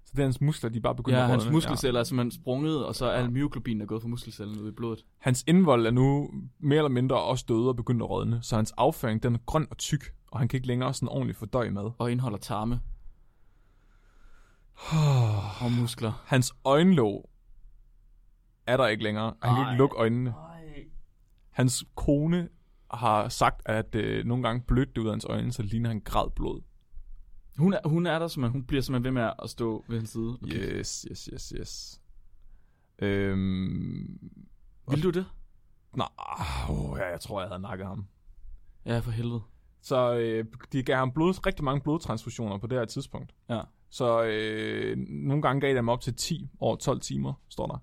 [SPEAKER 2] Så det er hans muskler, de er bare begyndt
[SPEAKER 1] Ja,
[SPEAKER 2] at
[SPEAKER 1] hans
[SPEAKER 2] rådne.
[SPEAKER 1] muskelceller er simpelthen sprunget, og så er al myoglobin er gået fra muskelcellen ud i blodet.
[SPEAKER 2] Hans indvold er nu mere eller mindre også døde og begyndt at rådne, så hans afføring den er grøn og tyk, og han kan ikke længere sådan ordentligt fordøje mad.
[SPEAKER 1] Og indeholder (sighs) tarme. og muskler.
[SPEAKER 2] Hans øjenlåg er der ikke længere. Han kan
[SPEAKER 1] Ej.
[SPEAKER 2] ikke lukke øjnene. Hans kone har sagt, at øh, nogle gange blødt det ud af hans øjne, så det ligner han græd blod.
[SPEAKER 1] Hun er, hun er der simpelthen. Hun bliver simpelthen ved med at stå ved hans side. og kigge.
[SPEAKER 2] Yes, yes, yes, yes. Øhm,
[SPEAKER 1] Vil du det?
[SPEAKER 2] nej, oh, ja, jeg tror, jeg havde nakket ham.
[SPEAKER 1] Ja, for helvede.
[SPEAKER 2] Så øh, de gav ham blod, rigtig mange blodtransfusioner på det her tidspunkt.
[SPEAKER 1] Ja.
[SPEAKER 2] Så øh, nogle gange gav de ham op til 10 over 12 timer, står der.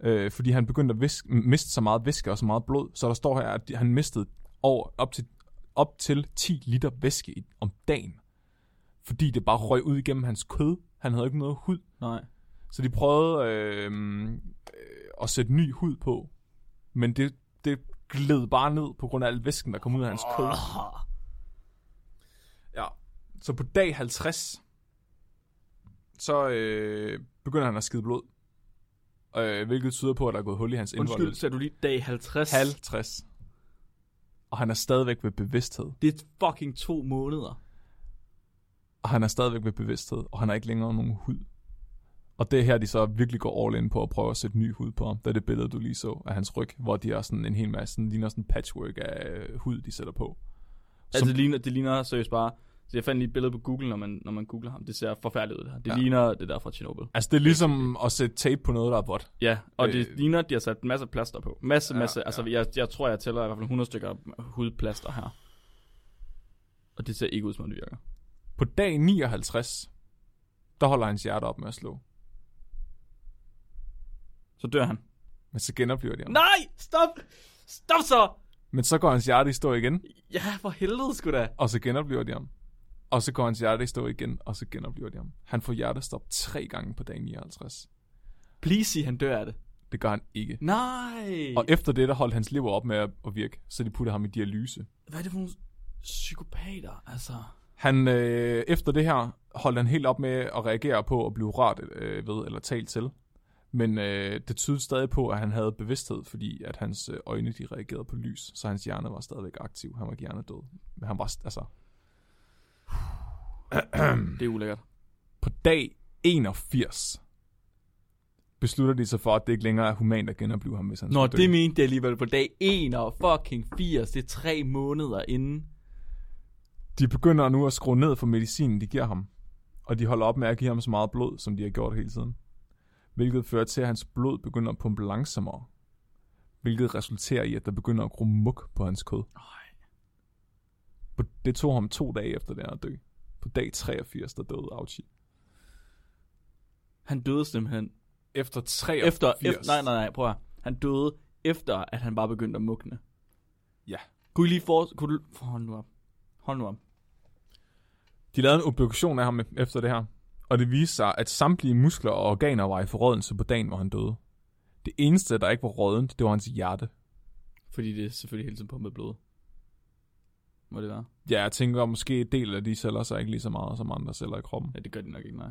[SPEAKER 2] Øh, fordi han begyndte at vis- miste så meget væske og så meget blod, så der står her, at de- han mistede over, op, til, op til 10 liter væske i, om dagen. Fordi det bare røg ud igennem hans kød. Han havde ikke noget hud.
[SPEAKER 1] Nej.
[SPEAKER 2] Så de prøvede øh, øh, at sætte ny hud på, men det, det gled bare ned på grund af al væsken, der kom ud af hans kød. Ja. Så på dag 50, så øh, begynder han at skide blod. Øh, hvilket tyder på, at der er gået hul i hans indvold.
[SPEAKER 1] Undskyld, sagde du lige dag 50?
[SPEAKER 2] 50. Og han er stadigvæk ved bevidsthed.
[SPEAKER 1] Det er fucking to måneder.
[SPEAKER 2] Og han er stadigvæk ved bevidsthed. Og han har ikke længere nogen hud. Og det er her, de så virkelig går all in på at prøve at sætte ny hud på ham. Det er det billede, du lige så af hans ryg, hvor de har sådan en hel masse, sådan, ligner sådan en patchwork af øh, hud, de sætter på.
[SPEAKER 1] Altså, det ligner, det ligner seriøst bare... Så jeg fandt lige et billede på Google, når man, når man googler ham. Det ser forfærdeligt ud, det her. Det ja. ligner det der fra Chernobyl.
[SPEAKER 2] Altså, det er ligesom at sætte tape på noget, der er vådt.
[SPEAKER 1] Ja, og det
[SPEAKER 2] Øh.
[SPEAKER 1] ligner, at de har sat masser af plaster på. Masse, ja, masse. Altså, jeg, jeg tror, jeg tæller i hvert fald 100 stykker hudplaster her. Og det ser ikke ud, som om det virker.
[SPEAKER 2] På dag 59, der holder hans hjerte op med at slå.
[SPEAKER 1] Så dør han.
[SPEAKER 2] Men så genoplever de ham.
[SPEAKER 1] Nej! Stop! Stop så!
[SPEAKER 2] Men så går hans hjerte i stå igen,
[SPEAKER 1] Ja, for helvede sgu da.
[SPEAKER 2] og så genoplever de ham. Og så går hans hjerte i stå igen, og så genoplever de ham. Han får hjertestop tre gange på dag 59.
[SPEAKER 1] Please sig, han dør af det.
[SPEAKER 2] Det gør han ikke.
[SPEAKER 1] Nej!
[SPEAKER 2] Og efter det, der holdt hans lever op med at at virke, så de putter ham i dialyse.
[SPEAKER 1] hvad er det for nogle psykopater, altså?
[SPEAKER 2] Han, øh, efter det her, holdt han helt op med at reagere på at blive rørt øh, ved eller talt til. Men øh, det tydede stadig på, at han havde bevidsthed, fordi at hans øh, øjne de reagerede på lys, så hans hjerne var stadigvæk aktiv. Han var ikke hjernedød. Men han var, st- altså...
[SPEAKER 1] Det er ulækkert.
[SPEAKER 2] På dag 81 beslutter de sig for, at det ikke længere er humant at genopleve ham, hvis han
[SPEAKER 1] Nå,
[SPEAKER 2] skulle dø.
[SPEAKER 1] det mente jeg alligevel på dag 1 og fucking 80. Det er tre måneder inden.
[SPEAKER 2] De begynder nu at skrue ned for medicinen, de giver ham. Og de holder op med at give ham så meget blod, som de har gjort hele tiden. Hvilket fører til, at hans blod begynder at pumpe langsommere. Hvilket resulterer i, at der begynder at gro muk på hans kød. På- Det tog ham to dage efter det her at dø. På dag 83, der døde Auchi.
[SPEAKER 1] Han døde simpelthen.
[SPEAKER 2] Efter 83?
[SPEAKER 1] Efter, efter, nej, nej, nej, prøv at høre. Han døde efter, at han bare begyndte at mugne.
[SPEAKER 2] Ja.
[SPEAKER 1] Kunne I lige for... Kunne du, for hold nu op. Hold nu op.
[SPEAKER 2] De lavede en obduktion af ham efter det her, og det viste sig, at samtlige muskler og organer var i forrådelse på dagen, hvor han døde. Det eneste, der ikke var rådent, det var hans hjerte.
[SPEAKER 1] Fordi det er selvfølgelig hele tiden pumpet blod. Må det være?
[SPEAKER 2] Ja, jeg tænker måske en del af de celler sig ikke lige så meget som andre celler i kroppen.
[SPEAKER 1] Ja, det gør det nok ikke, nej.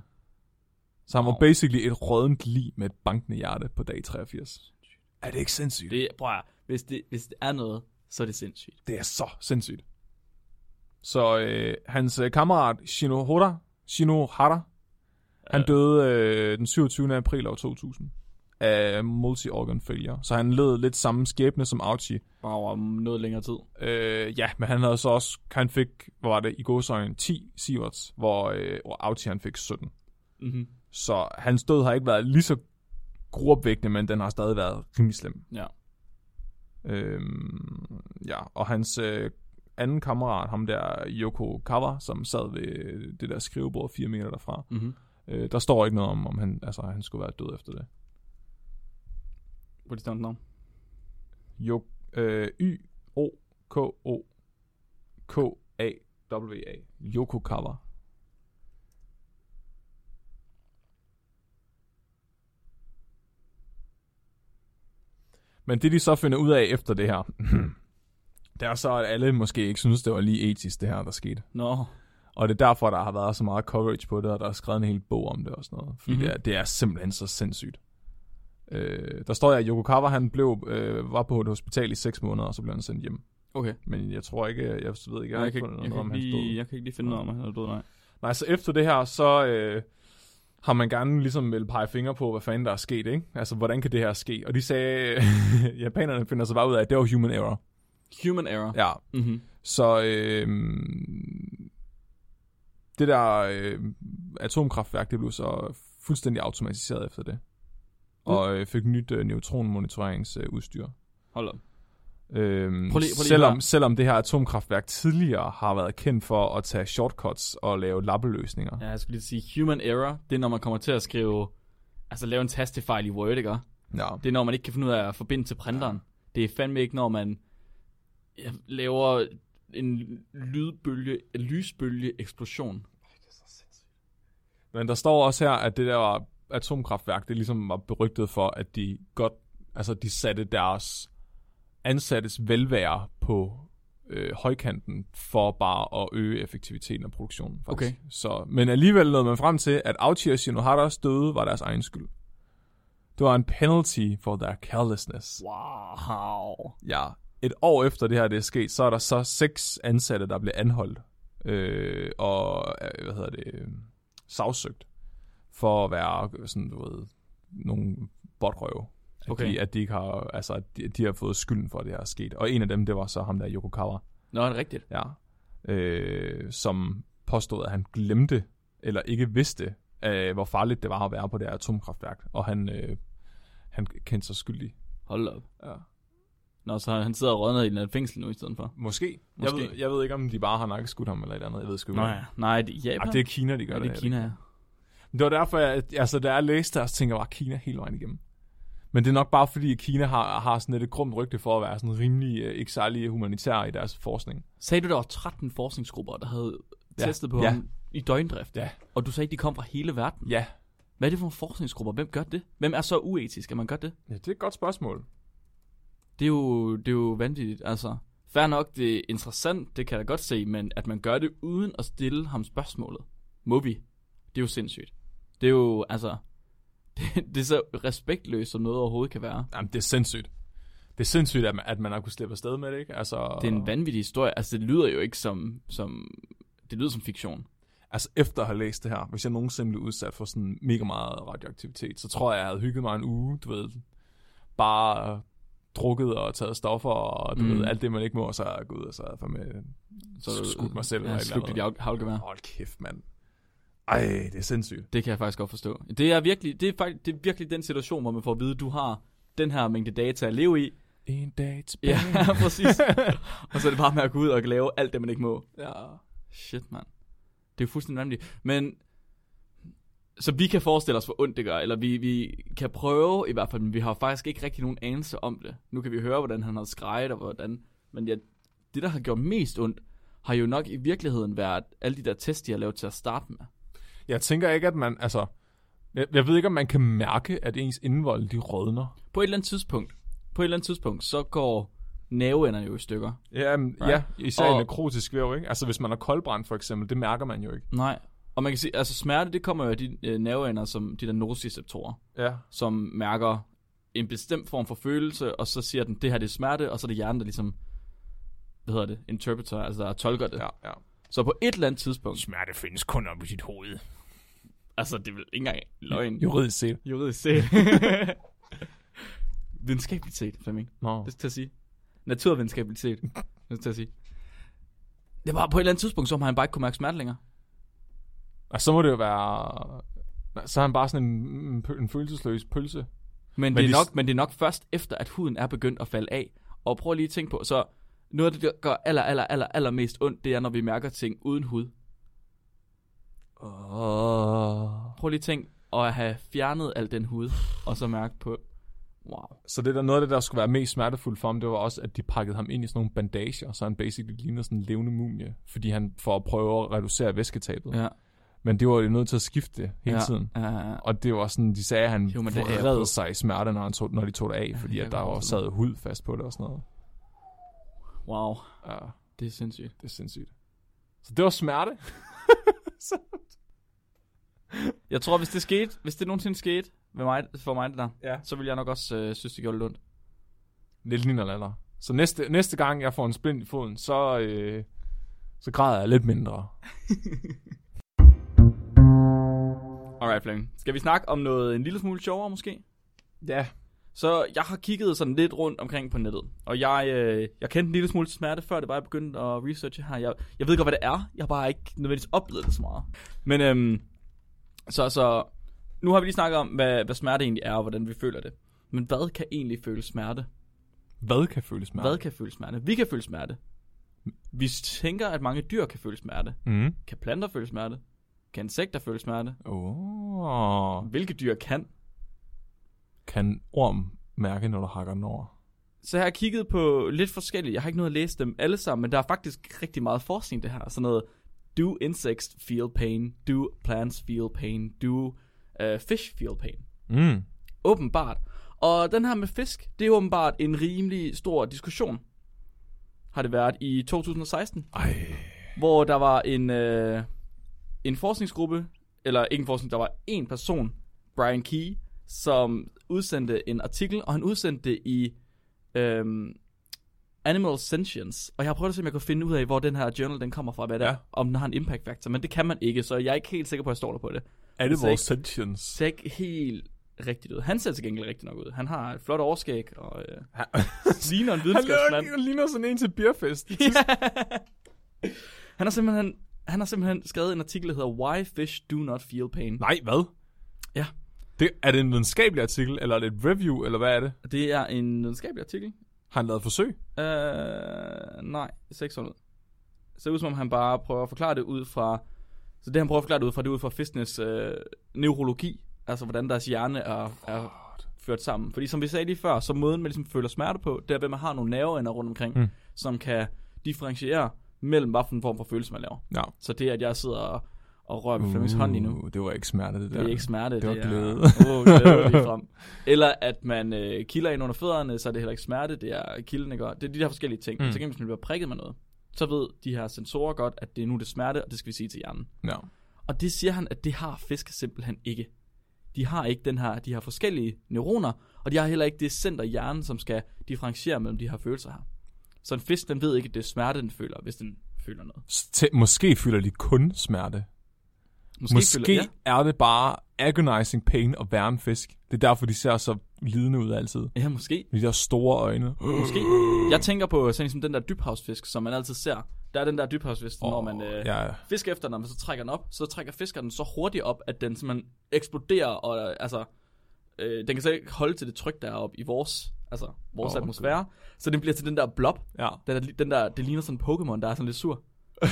[SPEAKER 2] Så han var
[SPEAKER 1] Nå.
[SPEAKER 2] basically et rådent lig med et bankende hjerte på dag 83. Er det ikke sindssygt? Det,
[SPEAKER 1] Det, prøv at høre. Hvis det, hvis det er noget, så er det sindssygt.
[SPEAKER 2] det er så sindssygt. Så øh, hans øh, kammerat Shinohara, Shinohara han døde øh, den 27. april år 2000 af multi-organ failure. Så han led lidt samme skæbne som Auchi.
[SPEAKER 1] Bare over noget længere tid.
[SPEAKER 2] Øh, ja, men han havde så også, han fik, hvad var det, i godsøjne 10 sieverts, hvor, øh, hvor Auchi han fik 17.
[SPEAKER 1] Mhm.
[SPEAKER 2] Så hans død har ikke været lige så gruopvækkende, men den har stadig været rimelig slem.
[SPEAKER 1] Ja.
[SPEAKER 2] Øhm, ja, og hans øh, anden kammerat, ham der Yoko Kawa, som sad ved det der skrivebord 4 meter derfra,
[SPEAKER 1] Mhm.
[SPEAKER 2] øh, der står ikke noget om, om han, altså, han skulle være død efter det.
[SPEAKER 1] Hvor er det stavnet navn?
[SPEAKER 2] Jo, øh, Y-O-K-O-K-A-W-A. Yoko Kawa. Men det de så finder ud af efter det (clears throat) her, det er så, at alle måske ikke synes, det var lige etisk, det her, der skete.
[SPEAKER 1] Nå.
[SPEAKER 2] Og det er derfor, der har været så meget coverage på det, og der er skrevet en hel bog om det og sådan noget.
[SPEAKER 1] Mhm.
[SPEAKER 2] Fordi mm-hmm. det, er, det er simpelthen så sindssygt. Øh, der står jeg, at Yokokawa han blev, øh, var på et hospital i 6 måneder, og så blev han sendt hjem.
[SPEAKER 1] Okay.
[SPEAKER 2] Men jeg tror ikke, jeg ved ikke, jeg,
[SPEAKER 1] Jeg, jeg, kan,
[SPEAKER 2] har ikke
[SPEAKER 1] ikke,
[SPEAKER 2] fundet
[SPEAKER 1] jeg,
[SPEAKER 2] noget
[SPEAKER 1] kan,
[SPEAKER 2] om
[SPEAKER 1] ikke
[SPEAKER 2] hans død.
[SPEAKER 1] lige, jeg kan ikke lige finde noget om, at han er død, nej.
[SPEAKER 2] Nej, så efter det her, så øh, har man gerne ligesom vil pege fingre på, hvad fanden der er sket, ikke? Altså, hvordan kan det her ske? Og de sagde, (laughs) japanerne finder så bare ud af, at det var human error.
[SPEAKER 1] Human error.
[SPEAKER 2] Ja,
[SPEAKER 1] Mm-hmm.
[SPEAKER 2] så øh, det der øh, atomkraftværk, det blev så fuldstændig automatiseret efter det.
[SPEAKER 1] Mm.
[SPEAKER 2] Og øh, fik nyt øh, neutronmonitoreringsudstyr.
[SPEAKER 1] Hold op.
[SPEAKER 2] Øhm,
[SPEAKER 1] Prøv lige- prøv lige
[SPEAKER 2] selvom,
[SPEAKER 1] her.
[SPEAKER 2] selvom det her atomkraftværk tidligere har været kendt for at tage shortcuts og lave lappeløsninger.
[SPEAKER 1] Ja, jeg skulle lige sige, human error, det er, når man kommer til at skrive, altså lave en tastefejl i Word, ikke?
[SPEAKER 2] Ja.
[SPEAKER 1] Det er, når man ikke kan finde ud af at forbinde til printeren. Det er fandme ikke, når man ja, laver en lydbølge, en lysbølge eksplosion.
[SPEAKER 2] Men der står også her, at det der atomkraftværk, det ligesom var berygtet for, at de godt, altså de satte deres ansattes velvære på øh, højkanten for bare at øge effektiviteten af produktionen. Faktisk.
[SPEAKER 1] Okay.
[SPEAKER 2] Så, men alligevel nåede man frem til, at Aochi og Shinohara's døde var deres egen skyld. Det var en penalty for their carelessness.
[SPEAKER 1] Wow.
[SPEAKER 2] Ja, et år efter det her det er sket, så er der så seks ansatte, der blev anholdt øh, og øh, hvad hedder det, øh, sagsøgt for at være øh, sådan, du ved, nogle botrøve.
[SPEAKER 1] Okay.
[SPEAKER 2] At de, at de ikke har, altså, at de, de har fået skylden for, at det her er sket. Og en af dem, det var så ham der, Yokokawa,
[SPEAKER 1] Nå, er det rigtigt?
[SPEAKER 2] ja, øh, som påstod, at han glemte eller ikke vidste, øh, hvor farligt det var at være på det her atomkraftværk. Og han, øh, han kendte sig skyldig.
[SPEAKER 1] Hold op.
[SPEAKER 2] Ja.
[SPEAKER 1] Nå, så han sidder og rådner i en eller anden fængsel nu i stedet for.
[SPEAKER 2] Måske.
[SPEAKER 1] Måske.
[SPEAKER 2] Jeg, ved, jeg ved ikke, om de bare har nakkeskudt ham eller et eller andet. Jeg ved sgu
[SPEAKER 1] Nå ja, nej, det er Japan.
[SPEAKER 2] Ej, det er Kina, de gør
[SPEAKER 1] ja,
[SPEAKER 2] det.
[SPEAKER 1] det er Kina, ja.
[SPEAKER 2] Det var derfor, jeg, altså, da jeg læste det, så tænkte jeg bare Kina hele vejen igennem. Men det er nok bare fordi, at Kina har, har sådan lidt et grumt rygte for at være sådan rimelig, øh, ikke særlig humanitær i deres forskning.
[SPEAKER 1] Sagde du, der var 13 forskningsgrupper, der havde
[SPEAKER 2] Ja.
[SPEAKER 1] ja. testet på
[SPEAKER 2] Ja.
[SPEAKER 1] ham i døgndrift?
[SPEAKER 2] Ja.
[SPEAKER 1] Og du sagde, de kom fra hele verden.
[SPEAKER 2] Ja.
[SPEAKER 1] Hvad er det for nogle forskningsgrupper? Hvem gør det? Hvem er så uetisk, at man gør det?
[SPEAKER 2] ja det er et godt spørgsmål.
[SPEAKER 1] Det er jo, det er jo vanvittigt, altså. Fair nok, det er interessant, det kan jeg da godt se, men at man gør det uden at stille ham spørgsmålet. Må vi? Det er jo sindssygt. Det er jo, altså... (laughs) Det, det er så respektløst, som noget overhovedet kan være.
[SPEAKER 2] Jamen, det er sindssygt. Det er sindssygt, at man, at man har kunnet slippe afsted med det, ikke? Altså,
[SPEAKER 1] Det er en vanvittig historie. Altså, det lyder jo ikke som... som det lyder som fiktion.
[SPEAKER 2] altså efter at have læst det her, hvis jeg nogensinde blev udsat for sådan mega meget radioaktivitet, så tror jeg, jeg havde hygget mig en uge, du ved, bare øh, drukket og taget stoffer, og du mm.
[SPEAKER 1] Mm.
[SPEAKER 2] ved, alt det, man ikke må, og så er jeg gået ud og så er jeg fandme
[SPEAKER 1] Så du-
[SPEAKER 2] skudt mig selv.
[SPEAKER 1] Ja, slugt dit hav- havlgevær.
[SPEAKER 2] Hold kæft, mand. Ej, det er sindssygt.
[SPEAKER 1] Det kan jeg faktisk godt forstå. Det er virkelig, det er faktisk, det er virkelig den situation, hvor man får at vide, at du har den her mængde data at leve i.
[SPEAKER 2] En dag
[SPEAKER 1] (laughs) Ja,
[SPEAKER 2] tilbage. (laughs)
[SPEAKER 1] præcis. og så er det bare med at gå ud og lave alt det, man ikke må.
[SPEAKER 2] ja.
[SPEAKER 1] Shit, mand. Det er jo fuldstændig vanvittigt. Men, så vi kan forestille os, hvor ondt det gør, eller vi, vi kan prøve i hvert fald, men vi har faktisk ikke rigtig nogen anelse om det. Nu kan vi høre, hvordan han har skrejet, og hvordan... Men ja, det, der har gjort mest ondt, har jo nok i virkeligheden været alle de der tests, de har lavet til at starte med.
[SPEAKER 2] Jeg tænker ikke, at man, altså... Jeg, jeg ved ikke, om man kan mærke, at ens indvold, de rådner.
[SPEAKER 1] På et eller andet tidspunkt, på et eller andet tidspunkt, så går næveenderne jo i stykker.
[SPEAKER 2] Ja, right. ja
[SPEAKER 1] ja,
[SPEAKER 2] især og...
[SPEAKER 1] Og-
[SPEAKER 2] i nekrotisk væv, ikke? Altså, hvis man har koldbrand, for eksempel, det mærker man jo ikke.
[SPEAKER 1] Nej. Og man kan sige, altså smerte, det kommer jo af de øh, nerveender, som de der nociceptorer,
[SPEAKER 2] Ja.
[SPEAKER 1] som mærker en bestemt form for følelse, og så siger den, det her det er smerte, og så er det hjernen, der ligesom, hvad hedder det, interpreter, altså der tolker det. Ja.
[SPEAKER 2] Ja, ja.
[SPEAKER 1] Så på et eller andet tidspunkt,
[SPEAKER 2] Smerte findes kun op i sit hoved.
[SPEAKER 1] altså det er vel ikke engang løgn.
[SPEAKER 2] Juridisk set.
[SPEAKER 1] Juridisk (laughs) set. Videnskabeligt set, Flemming.
[SPEAKER 2] Nå.
[SPEAKER 1] Det skal jeg sige. Naturvidenskabeligt set. Det skal jeg sige. Det var på et eller andet tidspunkt, så har han bare ikke kunne mærke smerte længere.
[SPEAKER 2] Og så må det jo være... Nej, Så er han bare sådan en, en, pø- en følelsesløs pølse.
[SPEAKER 1] Men,
[SPEAKER 2] Men
[SPEAKER 1] men, det
[SPEAKER 2] de-
[SPEAKER 1] er nok, men det er nok først efter, at huden er begyndt at falde af. Og prøv lige at tænke på, så noget af det, der gør aller, aller, aller, aller mest ondt, det er, når vi mærker ting uden hud.
[SPEAKER 2] Oh.
[SPEAKER 1] Prøv lige at tænke at have fjernet al den hud, og så mærke på, wow.
[SPEAKER 2] Så det der noget af det, der skulle være mest smertefuldt for ham, det var også, at de pakkede ham ind i sådan nogle bandager, så han basically ligner sådan en levende mumie, fordi han for at prøve at reducere væsketabet. Ja.
[SPEAKER 1] Ja,
[SPEAKER 2] Men det var jo nødt til at skifte det hele
[SPEAKER 1] ja,
[SPEAKER 2] ja. tiden.
[SPEAKER 1] Ja, ja, ja.
[SPEAKER 2] Og det var sådan, de sagde, at han
[SPEAKER 1] Jo, men det er jeg
[SPEAKER 2] vred
[SPEAKER 1] på.
[SPEAKER 2] sig i smerte, når, han tog, når de tog det af, fordi
[SPEAKER 1] det
[SPEAKER 2] ja,
[SPEAKER 1] kan
[SPEAKER 2] at der
[SPEAKER 1] jeg godt
[SPEAKER 2] var
[SPEAKER 1] forstå.
[SPEAKER 2] sad hud fast på det og sådan noget.
[SPEAKER 1] Wow,
[SPEAKER 2] Ja,
[SPEAKER 1] det er sindssygt.
[SPEAKER 2] det er sindssygt. Så det var smerte.
[SPEAKER 1] Jeg tror, hvis det skete, hvis det nogensinde skete med mig, for mig det der,
[SPEAKER 2] Ja.
[SPEAKER 1] så ville jeg nok også øh, synes, det gjorde lidt ondt.
[SPEAKER 2] Lidt ligner laller. Så næste, næste gang, jeg får en splint i foden, så, øh, så græder jeg lidt mindre.
[SPEAKER 1] Alright, Flemming. Skal vi snakke om noget en lille smule sjovere måske?
[SPEAKER 2] Ja.
[SPEAKER 1] Så jeg har kigget sådan lidt rundt omkring på nettet, og jeg, øh, jeg kendte en lille smule til smerte, før det var, jeg begyndte at researche her. Jeg, jeg ved godt, hvad det er, jeg har bare ikke nødvendigvis oplevet det så meget. Men øhm, så, så nu har vi lige snakket om, hvad, hvad smerte egentlig er, og hvordan vi føler det. Men hvad kan egentlig føle smerte?
[SPEAKER 2] Hvad kan føles smerte?
[SPEAKER 1] Hvad kan føle smerte? Vi kan føle smerte. Vi tænker, at mange dyr kan føle smerte.
[SPEAKER 2] Mm.
[SPEAKER 1] Kan planter føle smerte? Kan insekter føle smerte?
[SPEAKER 2] Oh.
[SPEAKER 1] Hvilke dyr kan?
[SPEAKER 2] Kan orm mærke, når du hakker den over?
[SPEAKER 1] Så jeg har kigget på lidt forskellige. Jeg har ikke noget at læse dem alle sammen, men der er faktisk rigtig meget forskning i det her. Sådan noget, do insects feel pain? Do plants feel pain? Do uh, fish feel pain?
[SPEAKER 2] Mm.
[SPEAKER 1] Åbenbart. Og den her med fisk, det er åbenbart en rimelig stor diskussion. Har det været i 2016?
[SPEAKER 2] Ej.
[SPEAKER 1] hvor der var en, øh, en forskningsgruppe, eller ikke en forskning, der var en person, Brian Key, som udsendte en artikel, og han udsendte det i øhm, Animal Sentience. Og jeg har prøvet at se, om jeg kunne finde ud af, hvor den her journal den kommer fra, hvad det ja.
[SPEAKER 2] Ja.
[SPEAKER 1] er, om den har en impact factor, men det kan man ikke, så jeg er ikke helt sikker på, at jeg stoler på det.
[SPEAKER 2] Er det
[SPEAKER 1] Så
[SPEAKER 2] vores
[SPEAKER 1] ikke-
[SPEAKER 2] sentience?
[SPEAKER 1] Så jeg er ikke helt rigtigt ud. Han ser til gengæld rigtig nok ud. Han har et flot overskæg, og øh, ligner en (laughs) videnskabsmand.
[SPEAKER 2] Han ligner sådan en til beerfest.
[SPEAKER 1] (laughs) Han har simpelthen han har simpelthen skrevet en artikel, der hedder Why Fish Do Not Feel Pain.
[SPEAKER 2] Nej, hvad?
[SPEAKER 1] Ja.
[SPEAKER 2] Det, er det en videnskabelig artikel, eller er det et review, eller hvad er det?
[SPEAKER 1] Det er en videnskabelig artikel.
[SPEAKER 2] Har han lavet forsøg?
[SPEAKER 1] Øh, nej, det ser ikke sådan ud. Det ser ud som om han bare prøver at forklare det ud fra... Så det han prøver at forklare det ud fra, det er ud fra fiskenes øh, neurologi. Altså hvordan deres hjerne er, er ført sammen. Fordi som vi sagde lige før, så måden man ligesom føler smerte på, det er ved at man har nogle nerveender rundt omkring,
[SPEAKER 2] Mm.
[SPEAKER 1] mm. som kan differentiere mellem hvad for en form for følelse man laver.
[SPEAKER 2] Ja.
[SPEAKER 1] Så det at jeg sidder og, og rører ved uh. Flemmings hånd lige nu,
[SPEAKER 2] Uh, Det var ikke smerte, det der.
[SPEAKER 1] Det er ikke smerte, det,
[SPEAKER 2] var
[SPEAKER 1] er
[SPEAKER 2] glæde.
[SPEAKER 1] Oh,
[SPEAKER 2] (laughs)
[SPEAKER 1] glæde ligefrem. Eller at man øh, kilder ind under fødderne, så er det heller ikke smerte, det er kilden, ikke? Og Det er de der forskellige ting.
[SPEAKER 2] Mm.
[SPEAKER 1] Mm. Så kan hvis man bliver prikket med noget, så ved de her sensorer godt, at det er nu det er smerte, og det skal vi sige til hjernen.
[SPEAKER 2] Ja.
[SPEAKER 1] Og det siger han, at det har fisk simpelthen ikke. De har ikke den her, de har forskellige neuroner, og de har heller ikke det center i hjernen, som skal differentiere mellem de her følelser her. Så en fisk, den ved ikke, at det er smerte, den føler, hvis den føler noget.
[SPEAKER 2] S- tæ- Måske føler de kun smerte.
[SPEAKER 1] Måske,
[SPEAKER 2] Måske, Måske
[SPEAKER 1] føler,
[SPEAKER 2] føler, ja. er det bare agonizing pain at være en fisk. Det er derfor, de ser så lidende ud altid.
[SPEAKER 1] ja. ja, måske.
[SPEAKER 2] Med de der store øjne.
[SPEAKER 1] Måske. Jeg tænker på sådan som den der dybhavsfisk, som man altid ser. Der er den der dybhavsfisk, oh, når man øh, ja.
[SPEAKER 2] Ja, ja.
[SPEAKER 1] fisker efter den, og man så trækker den op, så trækker fiskeren den så hurtigt op, at den simpelthen eksploderer, og øh, altså, øh, den kan slet ikke holde til det tryk, der er oppe i vores, altså, vores
[SPEAKER 2] Åh,
[SPEAKER 1] oh, atmosfære. Så den bliver til den der blob.
[SPEAKER 2] ja.
[SPEAKER 1] Den der, den der, det ligner sådan en Pokémon, der er sådan lidt
[SPEAKER 2] (laughs)
[SPEAKER 1] sur. det er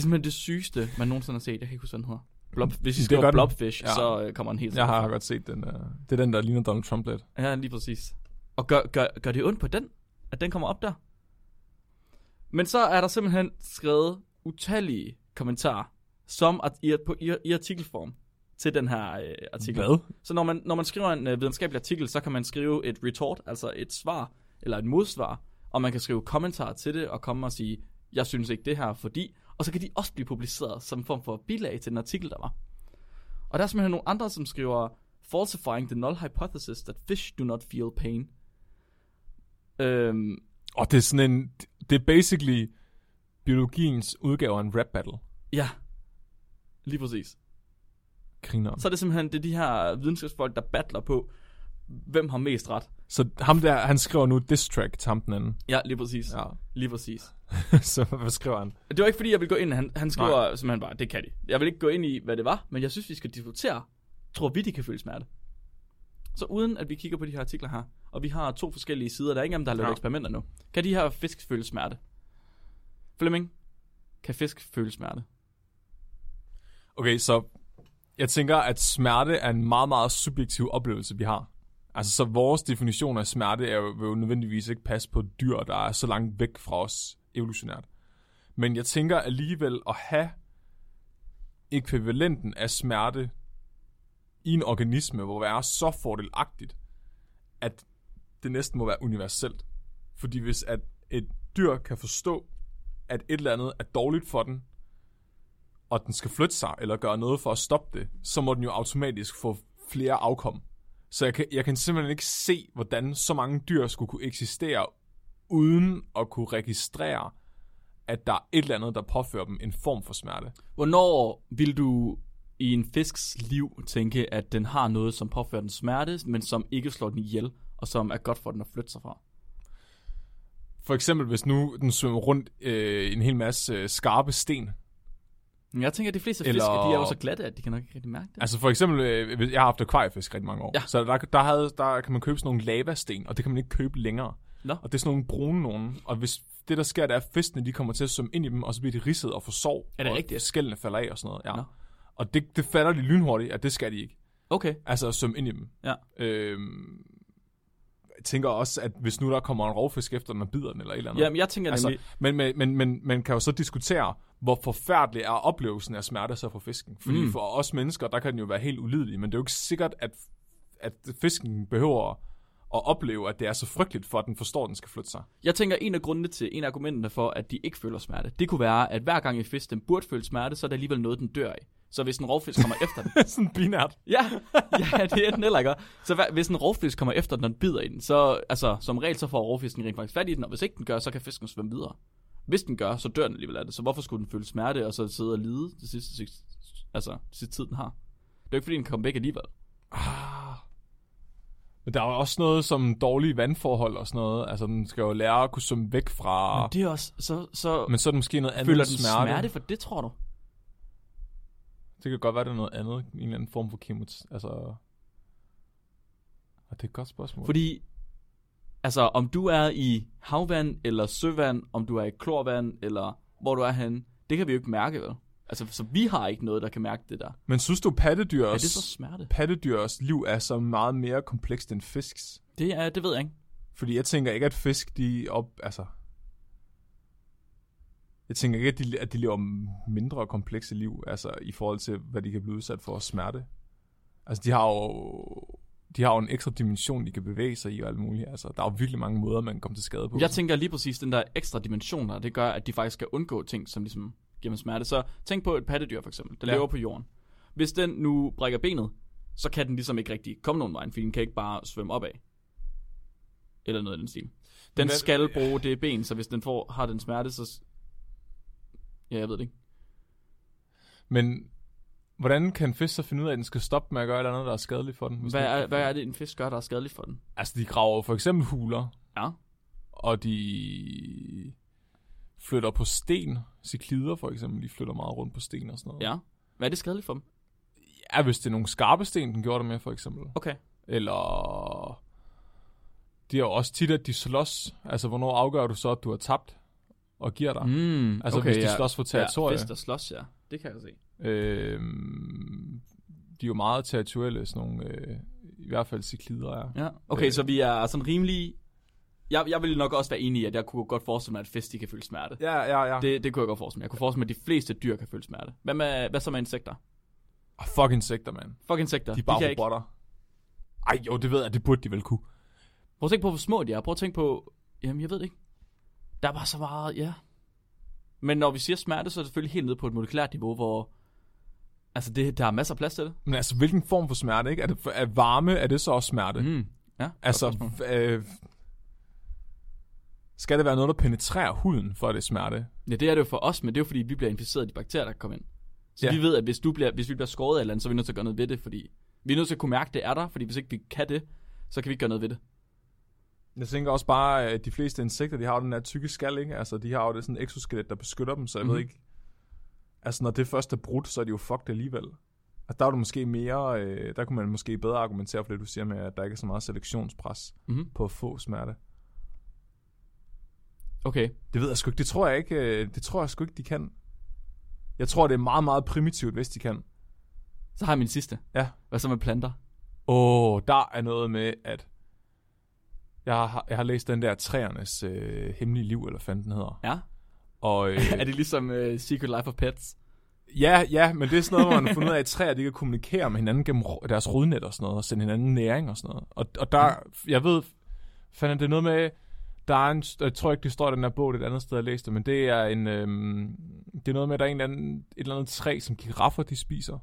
[SPEAKER 1] simpelthen det sygeste, man nogensinde har set. Jeg kan ikke huske, hvad den hedder. Blob, hvis I
[SPEAKER 2] Det
[SPEAKER 1] skriver
[SPEAKER 2] gør den.
[SPEAKER 1] blobfish,
[SPEAKER 2] Ja.
[SPEAKER 1] ja. så øh, kommer den helt
[SPEAKER 2] Jeg har godt set den. Uh, det er den, der ligner Donald Trump lidt.
[SPEAKER 1] Ja, lige præcis. Og gør, gør, gør det ondt på den, at den kommer op der? Men så er der simpelthen skrevet utallige kommentarer, som at, i, på, i, i artikelform, til den her øh, artikel.
[SPEAKER 2] Hvad?
[SPEAKER 1] Så når man, når man skriver en øh, videnskabelig artikel, så kan man skrive et retort, altså et svar, eller et modsvar, og man kan skrive kommentarer til det, og komme og sige, jeg synes ikke det her, fordi... Og så kan de også blive publiceret som en form for bilag til den artikel, der var. Og der er simpelthen nogle andre, som skriver, falsifying the null hypothesis that fish do not feel pain. Øhm,
[SPEAKER 2] Og det er sådan en... Det er basically biologiens udgave af en rap battle.
[SPEAKER 1] ja, lige præcis.
[SPEAKER 2] Griner.
[SPEAKER 1] Så er det simpelthen, det er de her videnskabsfolk, der battler på, hvem har mest ret.
[SPEAKER 2] Så ham der, han skriver nu diss track til ham den anden.
[SPEAKER 1] Ja, lige præcis. Ja.
[SPEAKER 2] Ja. (laughs)
[SPEAKER 1] Lige præcis.
[SPEAKER 2] så hvad skriver han?
[SPEAKER 1] Det var ikke fordi, jeg ville gå ind. Han, han skriver Nej. simpelthen bare, det kan de. Jeg vil ikke gå ind i, hvad det var, men jeg synes, vi skal diskutere. Tror vi, de kan føle smerte? Så uden at vi kigger på de her artikler her, og vi har to forskellige sider, der er ikke engang, der har lavet
[SPEAKER 2] Ja.
[SPEAKER 1] ja. eksperimenter nu. Kan de her fisk føle smerte? Flemming, kan fisk føle smerte?
[SPEAKER 2] Okay, så jeg tænker, at smerte er en meget, meget subjektiv oplevelse, vi har. Altså, så vores definition af smerte er jo, vil jo nødvendigvis ikke passe på et dyr, der er så langt væk fra os evolutionært. Men jeg tænker alligevel at have ekvivalenten af smerte i en organisme, hvor det er så fordelagtigt, at det næsten må være universelt. Fordi hvis at et dyr kan forstå, at et eller andet er dårligt for den, og den skal flytte sig, eller gøre noget for at stoppe det, så må den jo automatisk få flere afkom. Så jeg kan, jeg kan simpelthen ikke se, hvordan så mange dyr skulle kunne eksistere, uden at kunne registrere, at der er et eller andet, der påfører dem en form for smerte.
[SPEAKER 1] Hvornår vil du i en fisks liv tænke, at den har noget, som påfører den smerte, men som ikke slår den ihjel, og som er godt for den at flytte sig fra?
[SPEAKER 2] For eksempel, hvis nu den svømmer rundt øh, i en hel masse øh, skarpe sten.
[SPEAKER 1] Men jeg tænker, at de fleste fisk,
[SPEAKER 2] Eller-
[SPEAKER 1] de er jo så glatte, at de kan nok ikke rigtig mærke det.
[SPEAKER 2] Altså for eksempel, øh, hvis- jeg har haft akvariefisk rigtig mange år.
[SPEAKER 1] Ja.
[SPEAKER 2] Så der, der, havde, der kan man købe sådan nogle lavasten, og det kan man ikke købe længere.
[SPEAKER 1] Nå.
[SPEAKER 2] Og det er sådan nogle brune nogen. Og hvis det, der sker, det er, at fiskene de kommer til at svømme ind i dem, og så bliver de ridset og får sår.
[SPEAKER 1] Er det
[SPEAKER 2] og
[SPEAKER 1] rigtigt?
[SPEAKER 2] Skællene falder af og sådan noget. Ja.
[SPEAKER 1] Nå.
[SPEAKER 2] Og det, det falder de lynhurtigt, at det skal de ikke.
[SPEAKER 1] Okay.
[SPEAKER 2] Altså at svømme ind i dem.
[SPEAKER 1] Ja.
[SPEAKER 2] Øhm, jeg tænker også, at hvis nu der kommer en rovfisk efter, den og bider den eller et eller andet.
[SPEAKER 1] Jamen, jeg tænker altså,
[SPEAKER 2] Altså,
[SPEAKER 1] nemlig...
[SPEAKER 2] men, men, men, men man kan jo så diskutere, hvor forfærdelig er oplevelsen af smerte så for fisken. Fordi mm. for os mennesker, der kan den jo være helt ulidelig, men det er jo ikke sikkert, at, at fisken behøver at opleve, at det er så frygteligt, for at den forstår, at den skal
[SPEAKER 1] (laughs)
[SPEAKER 2] flytte sig.
[SPEAKER 1] Jeg tænker, en af grundene til, en af argumenterne for, at de ikke føler smerte, det kunne være, at hver gang en fisk, den burde føle smerte, så er det alligevel noget, den dør af. Så hvis en rovfisk
[SPEAKER 2] (laughs)
[SPEAKER 1] kommer efter den...
[SPEAKER 2] sådan binært.
[SPEAKER 1] Ja, ja det er den heller ikke. Så hver, hvis en rovfisk kommer efter den, og den bider i den, så altså, som regel, så får rovfisken rent faktisk fat i den, og hvis ikke den gør, så kan fisken svømme videre. Hvis den gør, så dør den alligevel af det. Så hvorfor skulle den føle smerte, og så sidde og lide det sidste, altså, det sidste tid, den har? Det er jo ikke, fordi den kommer væk alligevel.
[SPEAKER 2] Men der er jo også noget som dårlige vandforhold og sådan noget. Altså, den skal jo lære at kunne svømme væk fra... Men,
[SPEAKER 1] Det er også, så, så
[SPEAKER 2] så er det måske noget andet
[SPEAKER 1] føler den
[SPEAKER 2] smerte.
[SPEAKER 1] smerte. smerte for det, tror du?
[SPEAKER 2] Det kan godt være, det er noget andet. En eller anden form for kemot. Altså... Og det er et godt spørgsmål.
[SPEAKER 1] Fordi, altså om du er i havvand eller søvand, om du er i klorvand eller hvor du er henne, det kan vi jo ikke mærke, vel? Altså, så vi har ikke noget, der kan mærke det der.
[SPEAKER 2] Men synes du, pattedyrs,
[SPEAKER 1] Er det så smerte?
[SPEAKER 2] pattedyrs liv er så meget mere komplekst end fisks?
[SPEAKER 1] Det, er, det ved jeg ikke.
[SPEAKER 2] Fordi jeg tænker ikke, at fisk, de op... Altså... Jeg tænker ikke, at de, at de lever mindre komplekse liv, altså i forhold til, hvad de kan blive udsat for af smerte. Altså, de har jo... De har jo en ekstra dimension, de kan bevæge sig i og alt muligt. Altså, der er jo virkelig mange måder, man kan komme til skade på.
[SPEAKER 1] Jeg tænker lige præcis, den der ekstra dimension der, det gør, at de faktisk kan undgå ting, som ligesom giver dem smerte. Så tænk på et pattedyr for eksempel, der
[SPEAKER 2] Ja.
[SPEAKER 1] ja. lever på jorden. Hvis den nu brækker benet, så kan den ligesom ikke rigtig komme nogen vej, fordi den kan ikke bare svømme opad. Eller noget i den stil. Den
[SPEAKER 2] hvad-
[SPEAKER 1] skal bruge det ben, så hvis den får, har den smerte, så... s- Ja, jeg ved det ikke.
[SPEAKER 2] Men hvordan kan en fisk så finde ud af, at den skal stoppe med at gøre et eller andet, der er skadeligt for den? hvis
[SPEAKER 1] Hvad
[SPEAKER 2] den ikke
[SPEAKER 1] er,
[SPEAKER 2] kan-
[SPEAKER 1] hvad er det, en fisk gør, der er skadeligt for den?
[SPEAKER 2] Altså, de graver for eksempel huler,
[SPEAKER 1] Ja.
[SPEAKER 2] og de flytter på sten. Ciklider for eksempel, de flytter meget rundt på sten og sådan noget.
[SPEAKER 1] Ja. Hvad er det skadeligt for dem?
[SPEAKER 2] ja hvis det er nogle skarpe sten, den gjorde det med for eksempel.
[SPEAKER 1] Okay.
[SPEAKER 2] Eller det er jo også tit, at de slås. Altså, hvornår afgør du så, at du har tabt og giver dig?
[SPEAKER 1] Mm,
[SPEAKER 2] Altså, hvis de slås for
[SPEAKER 1] Ja,
[SPEAKER 2] territorie.
[SPEAKER 1] fisk, der slås, ja. Det kan jeg se.
[SPEAKER 2] Øhm, de er jo meget territorielle, sådan nogle, øh, i hvert fald ciklider er.
[SPEAKER 1] Ja, okay,
[SPEAKER 2] Øh.
[SPEAKER 1] øh. så vi er sådan rimelig... Jeg, jeg ville nok også være enig i, at jeg kunne godt forestille mig, at fisk de kan føle smerte. Ja.
[SPEAKER 2] Ja, ja, ja.
[SPEAKER 1] Det, det kunne jeg godt forestille mig. Jeg kunne forestille mig, at de fleste dyr kan føle smerte. Hvad, med, hvad så med insekter?
[SPEAKER 2] Oh, fuck insekter, mand.
[SPEAKER 1] Fuck insekter.
[SPEAKER 2] De er bare
[SPEAKER 1] kan ikke.
[SPEAKER 2] robotter. Ej, jo, det ved jeg, det burde de vel kunne.
[SPEAKER 1] Prøv at tænke på, hvor små de er. Prøv at tænke på... Jamen, jeg ved det ikke. Der er bare så meget... Ja. Men når vi siger smerte, så er det selvfølgelig helt nede på et molekylært niveau, hvor... Altså, det, der er masser af plads til det.
[SPEAKER 2] Men altså, hvilken form for smerte, ikke? Er, det, er varme, er det så også smerte? Mm.
[SPEAKER 1] Ja,
[SPEAKER 2] Altså, f- øh, skal det være noget, der penetrerer huden, for at det er smerte?
[SPEAKER 1] Ja, det er det jo for os, men det er jo fordi, vi bliver inficeret af de bakterier, der kommer ind. Så
[SPEAKER 2] Ja.
[SPEAKER 1] ja. vi ved, at hvis, du bliver, hvis vi bliver skåret af et eller andet, så er vi nødt til at gøre noget ved det, fordi vi er nødt til at kunne mærke, at det er der, fordi hvis ikke vi kan det, så kan vi ikke gøre noget ved det.
[SPEAKER 2] Jeg tænker også bare, at de fleste insekter, de har jo den her tykke skal, ikke? Altså, de har jo det sådan exoskelet, der beskytter dem, så jeg mm. ved ikke... Altså, når det først er brudt, så er de jo fucked alligevel. Altså, der er du måske mere... Øh, der kunne man måske bedre argumentere for det, du siger med, at der ikke er så meget selektionspres
[SPEAKER 1] Mhm.
[SPEAKER 2] på at få smerte.
[SPEAKER 1] Okay,
[SPEAKER 2] Det ved jeg sgu ikke. Det tror jeg ikke. øh, Det tror jeg sgu ikke, de kan. Jeg tror, det er meget, meget primitivt, hvis de kan.
[SPEAKER 1] så har jeg min sidste.
[SPEAKER 2] Ja.
[SPEAKER 1] Hvad så med planter?
[SPEAKER 2] Åh, oh, der er noget med, at... Jeg har, jeg har læst den der træernes øh, hemmelige liv, eller hvad fanden den hedder.
[SPEAKER 1] Ja.
[SPEAKER 2] Og, øh,
[SPEAKER 1] (laughs) Er det ligesom uh, Secret Life of Pets?
[SPEAKER 2] ja, ja, men det er sådan noget, hvor man har fundet ud af, at træer de kan kommunikere med hinanden gennem ro- deres rodnet og sådan noget, og sende hinanden næring og sådan noget. Og, og der, jeg ved, fandt det er noget med, Der er en, jeg tror ikke, det står i den her bog, det er et andet sted, jeg læste det, men det er en, øhm, det er noget med, at der er en eller anden, et eller andet træ, som giraffer, de spiser.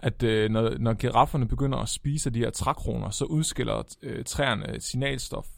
[SPEAKER 2] At øh, når, når girafferne begynder at spise de her trækroner, så udskiller øh, træerne et signalstof,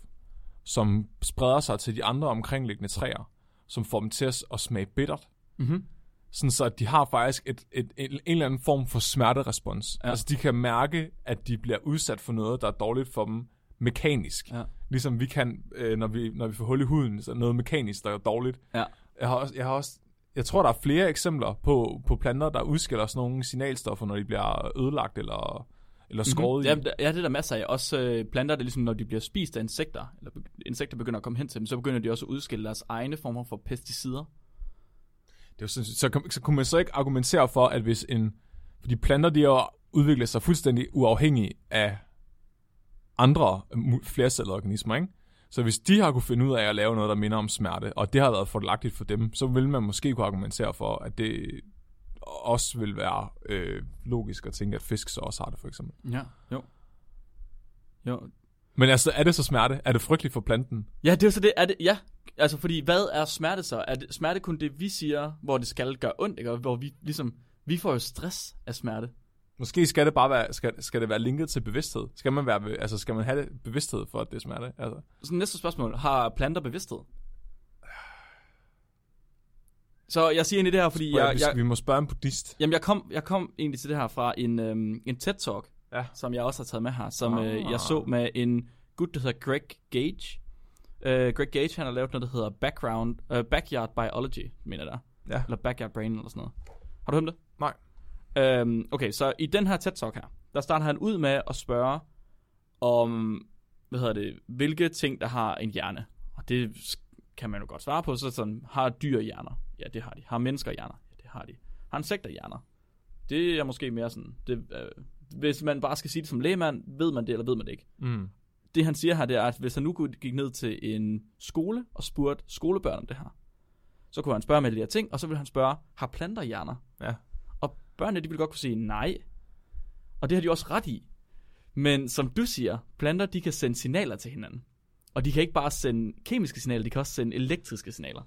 [SPEAKER 2] som spreder sig til de andre omkringliggende træer, som får dem til at, s- at smage bittert.
[SPEAKER 1] Mhm.
[SPEAKER 2] Sådan så, at de har faktisk et, et, et, en eller anden form for smerterespons. Ja. Altså, de kan mærke, at de bliver udsat for noget, der er dårligt for dem mekanisk.
[SPEAKER 1] Ja.
[SPEAKER 2] Ligesom vi kan, øh, når, vi, når vi får hul i huden, så er noget mekanisk, der er dårligt.
[SPEAKER 1] Ja.
[SPEAKER 2] Jeg har også, jeg har også jeg tror, der er flere eksempler på, på planter, der udskiller sådan nogle signalstoffer, når de bliver ødelagt eller, eller skåret
[SPEAKER 1] Jamen,
[SPEAKER 2] i.
[SPEAKER 1] der, Mhm. ja, det er der masser af. Også øh, planter, der ligesom, når de bliver spist af insekter, eller be- insekter begynder at komme hen til dem, så begynder de også at udskille deres egne former for pesticider.
[SPEAKER 2] Det er jo sindssygt. så, kan- så kunne man så ikke argumentere for, at hvis en... Fordi planter, de har jo udviklet sig fuldstændig uafhængig af andre øh, mu- flercellede organismer, ikke? Så hvis de har kunne finde ud af at lave noget, der minder om smerte, og det har været fordelagtigt for dem, så vil man måske kunne argumentere for, at det også vil være øh, logisk at tænke, at fisk så også har det, for eksempel.
[SPEAKER 1] Ja, jo. Jo.
[SPEAKER 2] Men altså, er det så smerte? Er det frygteligt for planten?
[SPEAKER 1] Ja, det er jo så det. Er det ja, altså fordi, hvad er smerte så? Er det, smerte kun det, vi siger, hvor det skal gøre ondt, ikke? Og hvor vi ligesom, vi får jo stress af smerte.
[SPEAKER 2] Måske skal det bare være, skal, skal det være linket til bevidsthed? Skal man, være, altså, skal man have det, bevidsthed for, at det er smerte? Altså,
[SPEAKER 1] Så næste spørgsmål. Har planter bevidsthed? Så jeg siger egentlig det her, fordi
[SPEAKER 2] ja,
[SPEAKER 1] jeg,
[SPEAKER 2] vi,
[SPEAKER 1] jeg,
[SPEAKER 2] vi må spørge en buddhist.
[SPEAKER 1] Jamen, jeg kom, jeg kom egentlig til det her fra en, øhm, en TED-talk,
[SPEAKER 2] Ja.
[SPEAKER 1] som jeg også har taget med her, som
[SPEAKER 2] Ah.
[SPEAKER 1] øh, jeg så med en gut, der hedder Greg Gage. Øh, Greg Gage, han har lavet noget, der hedder Background, øh, Backyard Biology, mener jeg der.
[SPEAKER 2] Ja.
[SPEAKER 1] Eller Backyard Brain, eller sådan noget. Har du hørt om det?
[SPEAKER 2] Nej.
[SPEAKER 1] Øhm, okay, så i den her TED-talk her, der starter han ud med at spørge om, hvad hedder det, hvilke ting, der har en hjerne. Og det kan man jo godt svare på, så sådan, har dyr hjerner? Ja, det har de. Har mennesker hjerner? Ja, det har de. Har insekter hjerner? Det er måske mere sådan, det, øh, hvis man bare skal sige det som lægemand, ved man det, eller ved man det ikke?
[SPEAKER 2] Mm.
[SPEAKER 1] det han siger her, det er, at hvis han nu kunne- gik ned til en skole og spurgte skolebørn om det her, så kunne han spørge med alle de her ting, og så ville han spørge, har planter hjerner?
[SPEAKER 2] Ja.
[SPEAKER 1] Og børnene, de ville godt kunne sige nej. Og det har de også ret i. Men som du siger, planter, de kan sende signaler til hinanden. Og de kan ikke bare sende kemiske signaler, de kan også sende elektriske signaler.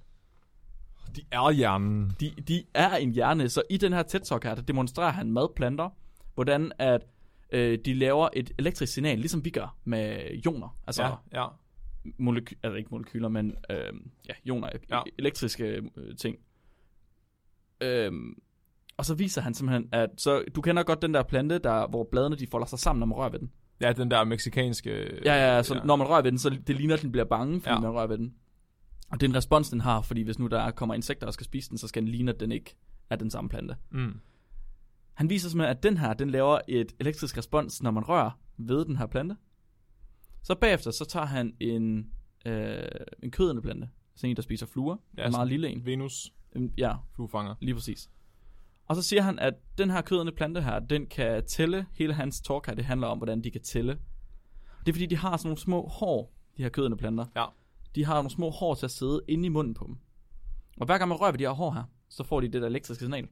[SPEAKER 2] De er hjernen.
[SPEAKER 1] De, de er en hjerne, så i den her TED-talk her, der demonstrerer han med planter, hvordan at øh, de laver et elektrisk signal, ligesom vi gør med ioner. Altså, ja.
[SPEAKER 2] ja.
[SPEAKER 1] moleky- altså ikke molekyler, men øh, ja, ioner,
[SPEAKER 2] Ja.
[SPEAKER 1] ja. elektriske øh, ting. Øh, og så viser han simpelthen, at så, du kender godt den der plante, der, hvor bladene de folder sig sammen, når man rører ved den.
[SPEAKER 2] Ja, den der meksikanske...
[SPEAKER 1] Ja, ja, så
[SPEAKER 2] ja.
[SPEAKER 1] ja. når man rører ved den, så det ligner, at den bliver bange, fordi
[SPEAKER 2] Ja.
[SPEAKER 1] ja. man rører ved den. Og det er en respons, den har, fordi hvis nu der kommer insekter og skal spise den, så skal den ligne, at den ikke er den samme plante.
[SPEAKER 2] Mm.
[SPEAKER 1] Han viser simpelthen, at den her, den laver et elektrisk respons, når man rører ved den her plante. Så bagefter, så tager han en, øh, en kødende plante. Sådan en, der spiser fluer.
[SPEAKER 2] Ja,
[SPEAKER 1] Ja, en
[SPEAKER 2] sådan-
[SPEAKER 1] meget lille en.
[SPEAKER 2] Venus
[SPEAKER 1] Øhm, Ja,
[SPEAKER 2] fluefanger.
[SPEAKER 1] lige præcis. Og så siger han, at den her kødende plante her, den kan tælle. Hele hans talk her, det handler om, hvordan de kan tælle. Det er fordi, de har sådan nogle små hår, de her kødende planter.
[SPEAKER 2] Ja.
[SPEAKER 1] De har nogle små hår til at sidde inde i munden på dem. Og hver gang man rører ved de her hår her, så får de det der elektriske signal,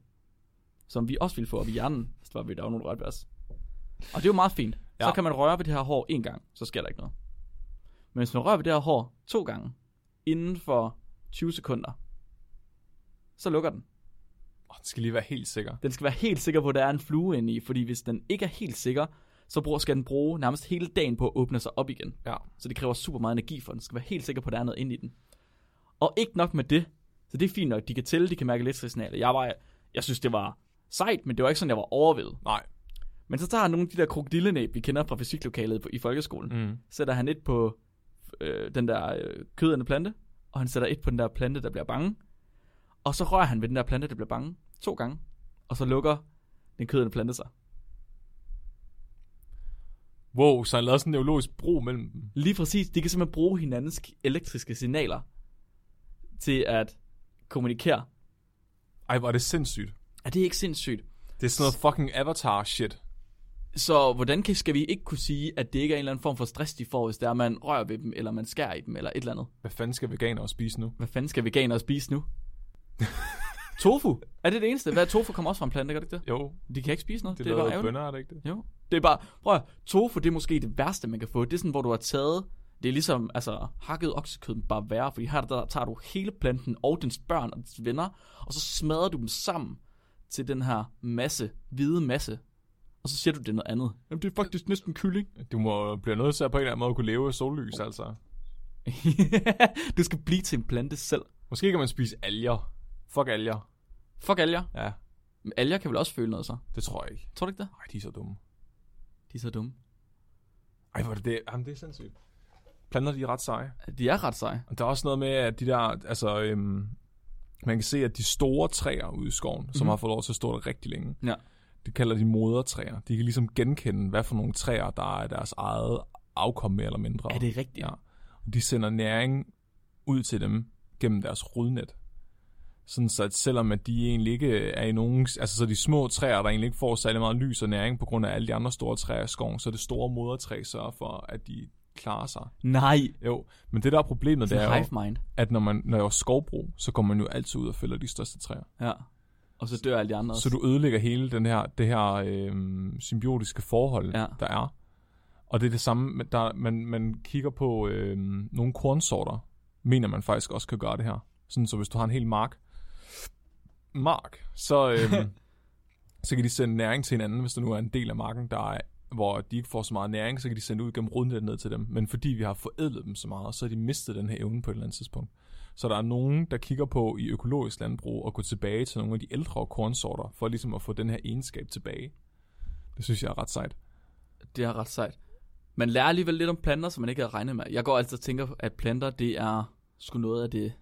[SPEAKER 1] som vi også ville få op i hjernen, hvis der var vi der var nogen rørt ved os. Og det er jo meget fint. Ja.
[SPEAKER 2] Ja.
[SPEAKER 1] Så kan man røre ved det her hår en gang, så sker der ikke noget. Men hvis man rører ved det her hår to gange, inden for 20 sekunder, så lukker den.
[SPEAKER 2] Oh, det skal lige være helt sikker.
[SPEAKER 1] Den skal være helt sikker på, at der er en flue inde i, fordi hvis den ikke er helt sikker, så bruger, skal den bruge nærmest hele dagen på at åbne sig op igen.
[SPEAKER 2] Ja.
[SPEAKER 1] Så det kræver super meget energi for den. Den skal være helt sikker på, at der er noget inde i den. Og ikke nok med det. Så det er fint nok. De kan tælle, de kan mærke elektriske signaler. Jeg, var, jeg synes, det var sejt, men det var ikke sådan, jeg var overvældet.
[SPEAKER 2] Nej.
[SPEAKER 1] Men så tager han nogle af de der krokodillenæb, vi kender fra fysiklokalet på, i folkeskolen. Mm.
[SPEAKER 2] Mm.
[SPEAKER 1] Sætter han et på øh, den der øh, kødende plante, og han sætter et på den der plante, der bliver bange. Og så rører han ved den der plante, der bliver bange, to gange. Og så lukker den kødende plante sig.
[SPEAKER 2] Wow, så han lavede sådan en neurologisk bro mellem dem.
[SPEAKER 1] Lige præcis, de kan simpelthen bruge hinandens k- elektriske signaler til at kommunikere.
[SPEAKER 2] Ej, hvor er det sindssygt.
[SPEAKER 1] Er det ikke sindssygt?
[SPEAKER 2] Det er sådan noget fucking avatar-shit.
[SPEAKER 1] Så hvordan kan, skal vi ikke kunne sige, at det ikke er en eller anden form for stress, de får, hvis der man rører ved dem, eller man skærer i dem, eller et eller andet?
[SPEAKER 2] Hvad fanden skal veganere spise nu?
[SPEAKER 1] Hvad fanden skal veganere spise nu? tofu. Er det det eneste? Hvad tofu kommer også fra en plante, gør det ikke det?
[SPEAKER 2] Jo,
[SPEAKER 1] De kan ikke spise noget.
[SPEAKER 2] det,
[SPEAKER 1] Det,
[SPEAKER 2] det
[SPEAKER 1] er bare
[SPEAKER 2] lavede
[SPEAKER 1] ærgerligt.
[SPEAKER 2] bønder, er det ikke det?
[SPEAKER 1] Jo. Det er bare, prøv at, høre, tofu det er måske det værste, man kan få. Det er sådan, hvor du har taget Det er ligesom altså, hakket oksekød, men bare værre, fordi her der tager du hele planten og dens børn og dens venner, og så smadrer du dem sammen til den her masse, hvide masse. Og så siger du, det er noget andet. Jamen, det er faktisk næsten (laughs) kylling.
[SPEAKER 2] Du må blive nødt til at på en eller anden måde kunne leve i sollys, altså.
[SPEAKER 1] du skal blive til en plante selv.
[SPEAKER 2] Måske kan man spise alger. Fuck alger.
[SPEAKER 1] Fuck alger.
[SPEAKER 2] Ja,
[SPEAKER 1] Men alger kan vel også føle noget så?
[SPEAKER 2] det tror jeg ikke.
[SPEAKER 1] Tror du ikke det?
[SPEAKER 2] Ej, de er så dumme.
[SPEAKER 1] De er så dumme.
[SPEAKER 2] Ej, hvor er det det? Jamen, det er sindssygt. Planter, de er ret seje.
[SPEAKER 1] De er ret seje.
[SPEAKER 2] Og der er også noget med, at de der, altså, øhm, man kan se, at de store træer ude i skoven, mm-hmm. som har fået lov til at stå der rigtig længe,
[SPEAKER 1] Mhm. Ja.
[SPEAKER 2] det kalder de modertræer. De kan ligesom genkende, hvad for nogle træer, der er deres eget afkom mere eller mindre.
[SPEAKER 1] Er det rigtigt?
[SPEAKER 2] Ja. Og de sender næring ud til dem gennem deres rodnet. Sådan så, at selvom at de egentlig ikke er i nogen... Altså, så de små træer, der egentlig ikke får særlig meget lys og næring på grund af alle de andre store træer i skoven, så det store modertræ sørger for, at de klarer sig.
[SPEAKER 1] Nej.
[SPEAKER 2] Jo, men det der er problemet,
[SPEAKER 1] Det
[SPEAKER 2] det er
[SPEAKER 1] er
[SPEAKER 2] jo,
[SPEAKER 1] hive mind.
[SPEAKER 2] at når man når jeg er skovbrug, så kommer man jo altid ud og fælder de største træer.
[SPEAKER 1] Ja. Og så dør alle de andre
[SPEAKER 2] Så du ødelægger hele den her, det her øh, symbiotiske forhold,
[SPEAKER 1] Ja.
[SPEAKER 2] ja. der er. Og det er det samme, men der, man, man kigger på øh, nogle kornsorter, mener man faktisk også kan gøre det her. Sådan, så hvis du har en hel mark, mark, så, øh, så kan de sende næring til hinanden, hvis der nu er en del af marken, der er, hvor de ikke får så meget næring, så kan de sende ud gennem rodnet ned til dem. Men fordi vi har forædlet dem så meget, så har de mistet den her evne på et eller andet tidspunkt. Så der er nogen, der kigger på i økologisk landbrug og gå tilbage til nogle af de ældre kornsorter, for ligesom at få den her egenskab tilbage. Det synes jeg er ret sejt.
[SPEAKER 1] Det er ret sejt. Man lærer alligevel lidt om planter, som man ikke havde regnet med. Jeg går altid og tænker, at planter, det er sgu noget af det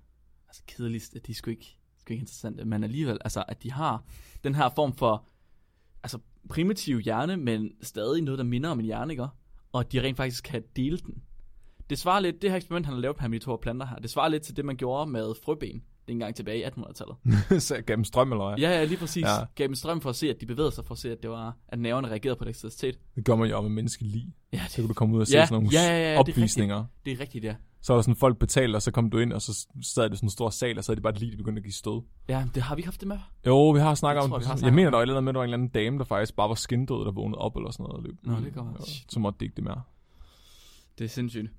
[SPEAKER 1] altså, kedeligste. De er sgu ikke, sgu ikke interessante, men alligevel, altså, at de har den her form for altså, primitiv hjerne, men stadig noget, der minder om en hjerne, ikke? Og at de rent faktisk kan dele den. Det svarer lidt, det her eksperiment, han har lavet på ham, de to planter her, det svarer lidt til det, man gjorde med frøben dengang tilbage i 1800-tallet.
[SPEAKER 2] (laughs) så gennem strøm, eller hvad?
[SPEAKER 1] Ja, ja, lige præcis. Ja.
[SPEAKER 2] Ja.
[SPEAKER 1] Gav dem strøm for at se, at de bevægede sig, for at se, at, det var, at nerverne reagerede på elektricitet.
[SPEAKER 2] Det gør man jo op med menneskelig.
[SPEAKER 1] Ja,
[SPEAKER 2] Så
[SPEAKER 1] det,
[SPEAKER 2] kan du komme ud og se
[SPEAKER 1] Ja,
[SPEAKER 2] sådan nogle
[SPEAKER 1] ja, ja, ja, det er
[SPEAKER 2] opvisninger.
[SPEAKER 1] det er rigtigt, ja.
[SPEAKER 2] Så var der sådan folk betalt, og så kom du ind, og så sad det sådan en stor sal, og så havde de bare et lige, de begyndte at give stød.
[SPEAKER 1] Ja, det har vi ikke haft det med.
[SPEAKER 2] Jo, vi har snakket
[SPEAKER 1] Det tror jeg,
[SPEAKER 2] om det.
[SPEAKER 1] vi har
[SPEAKER 2] Jeg,
[SPEAKER 1] snakket
[SPEAKER 2] jeg mener,
[SPEAKER 1] om
[SPEAKER 2] der var et eller andet med, at der var en eller anden dame, der faktisk bare var skindød, der vågnede op eller sådan noget. Og løb.
[SPEAKER 1] Nå, det kan være.
[SPEAKER 2] Jo, Så måtte det ikke det mere.
[SPEAKER 1] Det er sindssygt.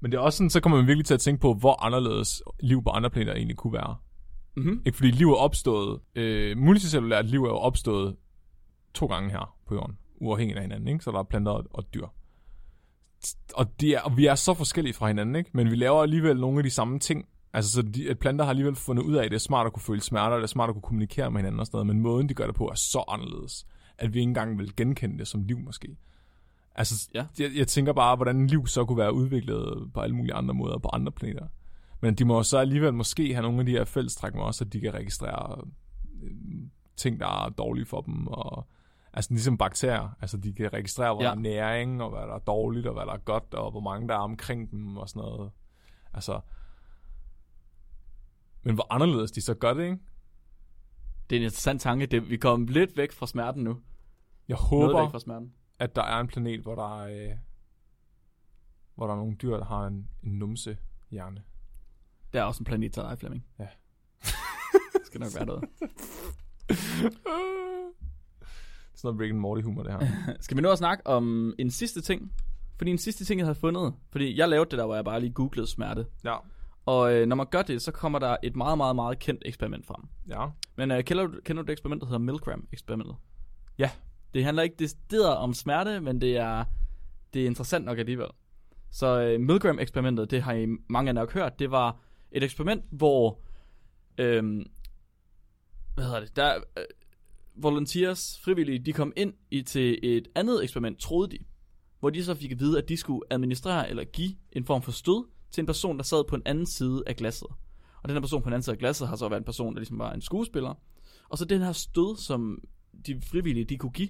[SPEAKER 2] Men det er også sådan, så kommer man virkelig til at tænke på, hvor anderledes liv på andre planeter egentlig kunne være.
[SPEAKER 1] Mm-hmm.
[SPEAKER 2] Ikke fordi liv er opstået, øh, multicellulært liv er jo opstået to gange her på jorden, uafhængigt af hinanden, ikke? så der er planter og, og dyr. Og, de er, og vi er så forskellige fra hinanden, ikke? men vi laver alligevel nogle af de samme ting. Altså, så de, at planter har alligevel fundet ud af, at det er smart at kunne føle smerter, og det er smart at kunne kommunikere med hinanden og sådan noget, men måden, de gør det på, er så anderledes, at vi ikke engang vil genkende det som liv, måske. Altså,
[SPEAKER 1] Ja.
[SPEAKER 2] ja. jeg, jeg tænker bare, hvordan liv så kunne være udviklet på alle mulige andre måder på andre planeter. Men de må jo så alligevel måske have nogle af de her fællestræk med os, at de kan registrere øh, ting, der er dårlige for dem, og altså ligesom bakterier. Altså de kan registrere, hvor
[SPEAKER 1] Ja.
[SPEAKER 2] ja. der er næring, og hvad der er dårligt, og hvad der er godt, og hvor mange der er omkring dem, og sådan noget. Altså, men hvor anderledes de så gør det, ikke?
[SPEAKER 1] Det er en interessant tanke. Det, vi kom lidt væk fra smerten nu.
[SPEAKER 2] Jeg
[SPEAKER 1] Noget væk
[SPEAKER 2] håber,
[SPEAKER 1] fra smerten.
[SPEAKER 2] at der er en planet, hvor der er, øh, hvor der er nogle dyr, der har en, en numse hjerne.
[SPEAKER 1] Der er også en planet til dig, Flemming.
[SPEAKER 2] Ja.
[SPEAKER 1] det (laughs) skal nok være noget.
[SPEAKER 2] Det er sådan noget Rick and Morty humor, det her.
[SPEAKER 1] (laughs) Skal vi nu også snakke om en sidste ting? Fordi en sidste ting, jeg havde fundet. Fordi jeg lavede det der, hvor jeg bare lige googlede smerte.
[SPEAKER 2] Ja.
[SPEAKER 1] Og øh, når man gør det, så kommer der et meget, meget, meget kendt eksperiment frem.
[SPEAKER 2] Ja.
[SPEAKER 1] Men øh, kender, du, kender du det eksperiment, der hedder Milgram-eksperimentet?
[SPEAKER 2] Ja.
[SPEAKER 1] Det handler ikke decideret om smerte, men det er, det er interessant nok alligevel. Så øh, Milgram-eksperimentet, det har I mange af jer nok hørt, det var et eksperiment, hvor... Øh, hvad hedder det? Der, øh, volunteers, frivillige, de kom ind i til et andet eksperiment, troede de, hvor de så fik at vide, at de skulle administrere eller give en form for stød til en person, der sad på en anden side af glasset. Og den her person på den anden side af glasset har så været en person, der ligesom var en skuespiller. Og så den her stød, som de frivillige de kunne give,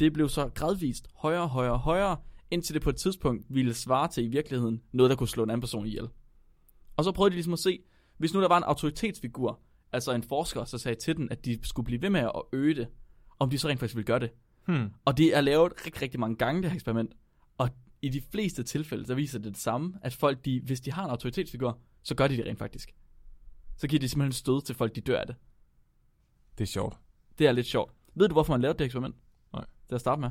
[SPEAKER 1] det blev så gradvist højere, højere, højere, indtil det på et tidspunkt ville svare til i virkeligheden noget, der kunne slå en anden person ihjel. Og så prøvede de ligesom at se, hvis nu der var en autoritetsfigur, altså en forsker, så sagde til den, at de skulle blive ved med at øge det, om de så rent faktisk ville gøre det.
[SPEAKER 2] Hmm.
[SPEAKER 1] Og det er lavet rigtig, rigtig mange gange, det her eksperiment. Og i de fleste tilfælde, så viser det det samme, at folk, de, hvis de har en autoritetsfigur, så gør de det rent faktisk. Så giver de simpelthen stød til folk, de dør af det.
[SPEAKER 2] Det er sjovt.
[SPEAKER 1] Det er lidt sjovt. Ved du, hvorfor man lavede det eksperiment?
[SPEAKER 2] Nej.
[SPEAKER 1] Til at starte med.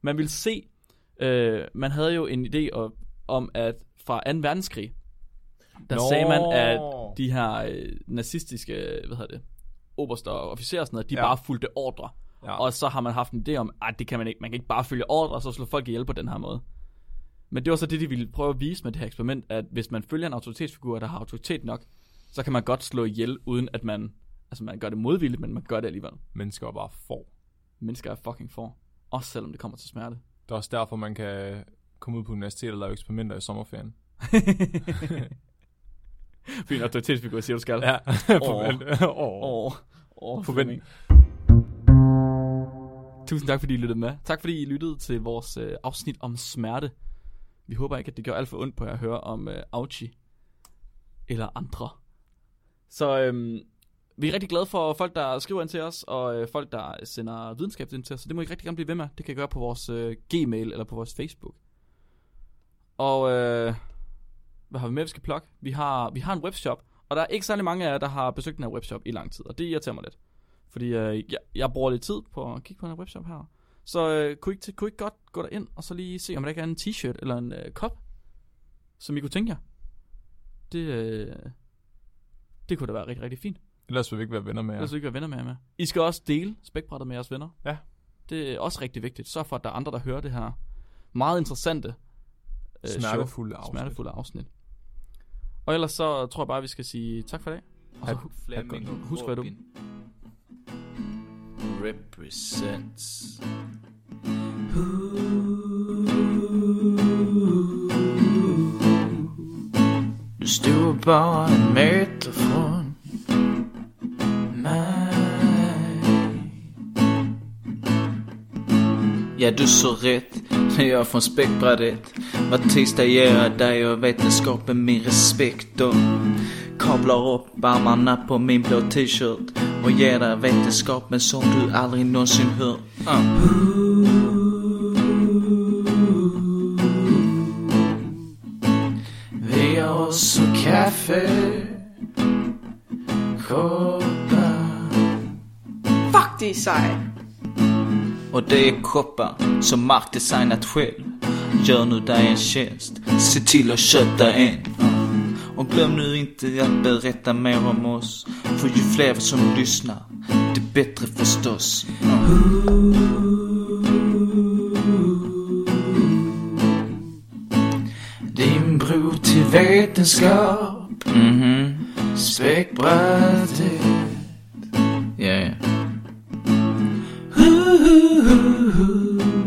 [SPEAKER 1] Man ville se, øh, man havde jo en idé, og om, at fra 2. verdenskrig, der
[SPEAKER 2] Nå.
[SPEAKER 1] Nå. sagde man, at de her øh, nazistiske, hvad hedder det, oberster og officerer og sådan noget, de
[SPEAKER 2] Ja.
[SPEAKER 1] ja. bare fulgte ordre.
[SPEAKER 2] Ja.
[SPEAKER 1] Ja. Og så har man haft en idé om, at det kan man ikke, man kan ikke bare følge ordre, og så slå folk ihjel på den her måde. Men det var så det, de ville prøve at vise med det her eksperiment, at hvis man følger en autoritetsfigur, der har autoritet nok, så kan man godt slå ihjel, uden at man, altså man gør det modvilligt, men man gør det alligevel.
[SPEAKER 2] Mennesker er bare for.
[SPEAKER 1] Mennesker er fucking for. Også selvom det kommer til smerte.
[SPEAKER 2] Det er også derfor, man kan komme ud på universitetet og lave eksperimenter i sommerferien.
[SPEAKER 1] (laughs) Fordi en autoritetsfigur siger, du skal.
[SPEAKER 2] (laughs) Ja, forvent. Åh.
[SPEAKER 1] Åh, åh, Flemming.
[SPEAKER 2] Forventning.
[SPEAKER 1] Tusind tak, fordi I lyttede med. Tak, fordi I lyttede til vores øh, afsnit om smerte. Vi håber ikke, at det gør alt for ondt på jer at høre om øh, Auchi eller andre. Så øhm, vi er rigtig glade for folk, der skriver ind til os, og øh, folk, der sender videnskab ind til os. Så det må I rigtig gerne blive ved med. Det kan I gøre på vores øh, Gmail eller på vores Facebook. Og øh, hvad har vi med, vi skal plukke? Vi har, vi har en webshop, og der er ikke særlig mange af jer, der har besøgt den her webshop i lang tid, og det irriterer mig lidt. Fordi øh, jeg, jeg bruger lidt tid på at kigge på den her webshop her. Så øh, kunne, I ikke, kunne I ikke godt gå derind, og så lige se, om der ikke er en t-shirt eller en øh, kop, som I kunne tænke jer? Det, øh, det kunne da være rigtig, rigtig fint.
[SPEAKER 2] Ellers vil vi ikke være venner
[SPEAKER 1] Ja.
[SPEAKER 2] med jer.
[SPEAKER 1] Ellers vil I ikke være venner med jer med. I skal også dele spækbrættet med jeres venner.
[SPEAKER 2] Ja.
[SPEAKER 1] Det er også rigtig vigtigt. Sørg for, at der er andre, der hører det her meget interessante øh, show
[SPEAKER 2] Smertefulde afsnit.
[SPEAKER 1] smertefulde afsnit. Og ellers så tror jeg bare, vi skal sige tak for i dag. Og så
[SPEAKER 2] Ha-
[SPEAKER 1] Flemming
[SPEAKER 4] Flemming
[SPEAKER 1] husk, hvad du...
[SPEAKER 4] represents. Nu støver bare meter fra mig. Ja, du så rätt (laughs) när jag från späckbrädet Var tisdag ger jag dig och vetenskapen min respekt och Kablar upp armarna på min blå t-shirt och ger dig vetenskapen som du aldrig någonsin hört uh. Vi har oss och kaffe Koppar
[SPEAKER 5] Fuck, det er sejt.
[SPEAKER 4] Och det är koppar som Mark designat själv Gör nu dig en tjänst, se till att köpa en Och glöm nu inte att berätta mer om oss För ju fler som lyssnar, det bättre förstås Din bror till vetenskap Mhm, späckbrädet Ja, ja. Ooh, ooh, ooh, ooh.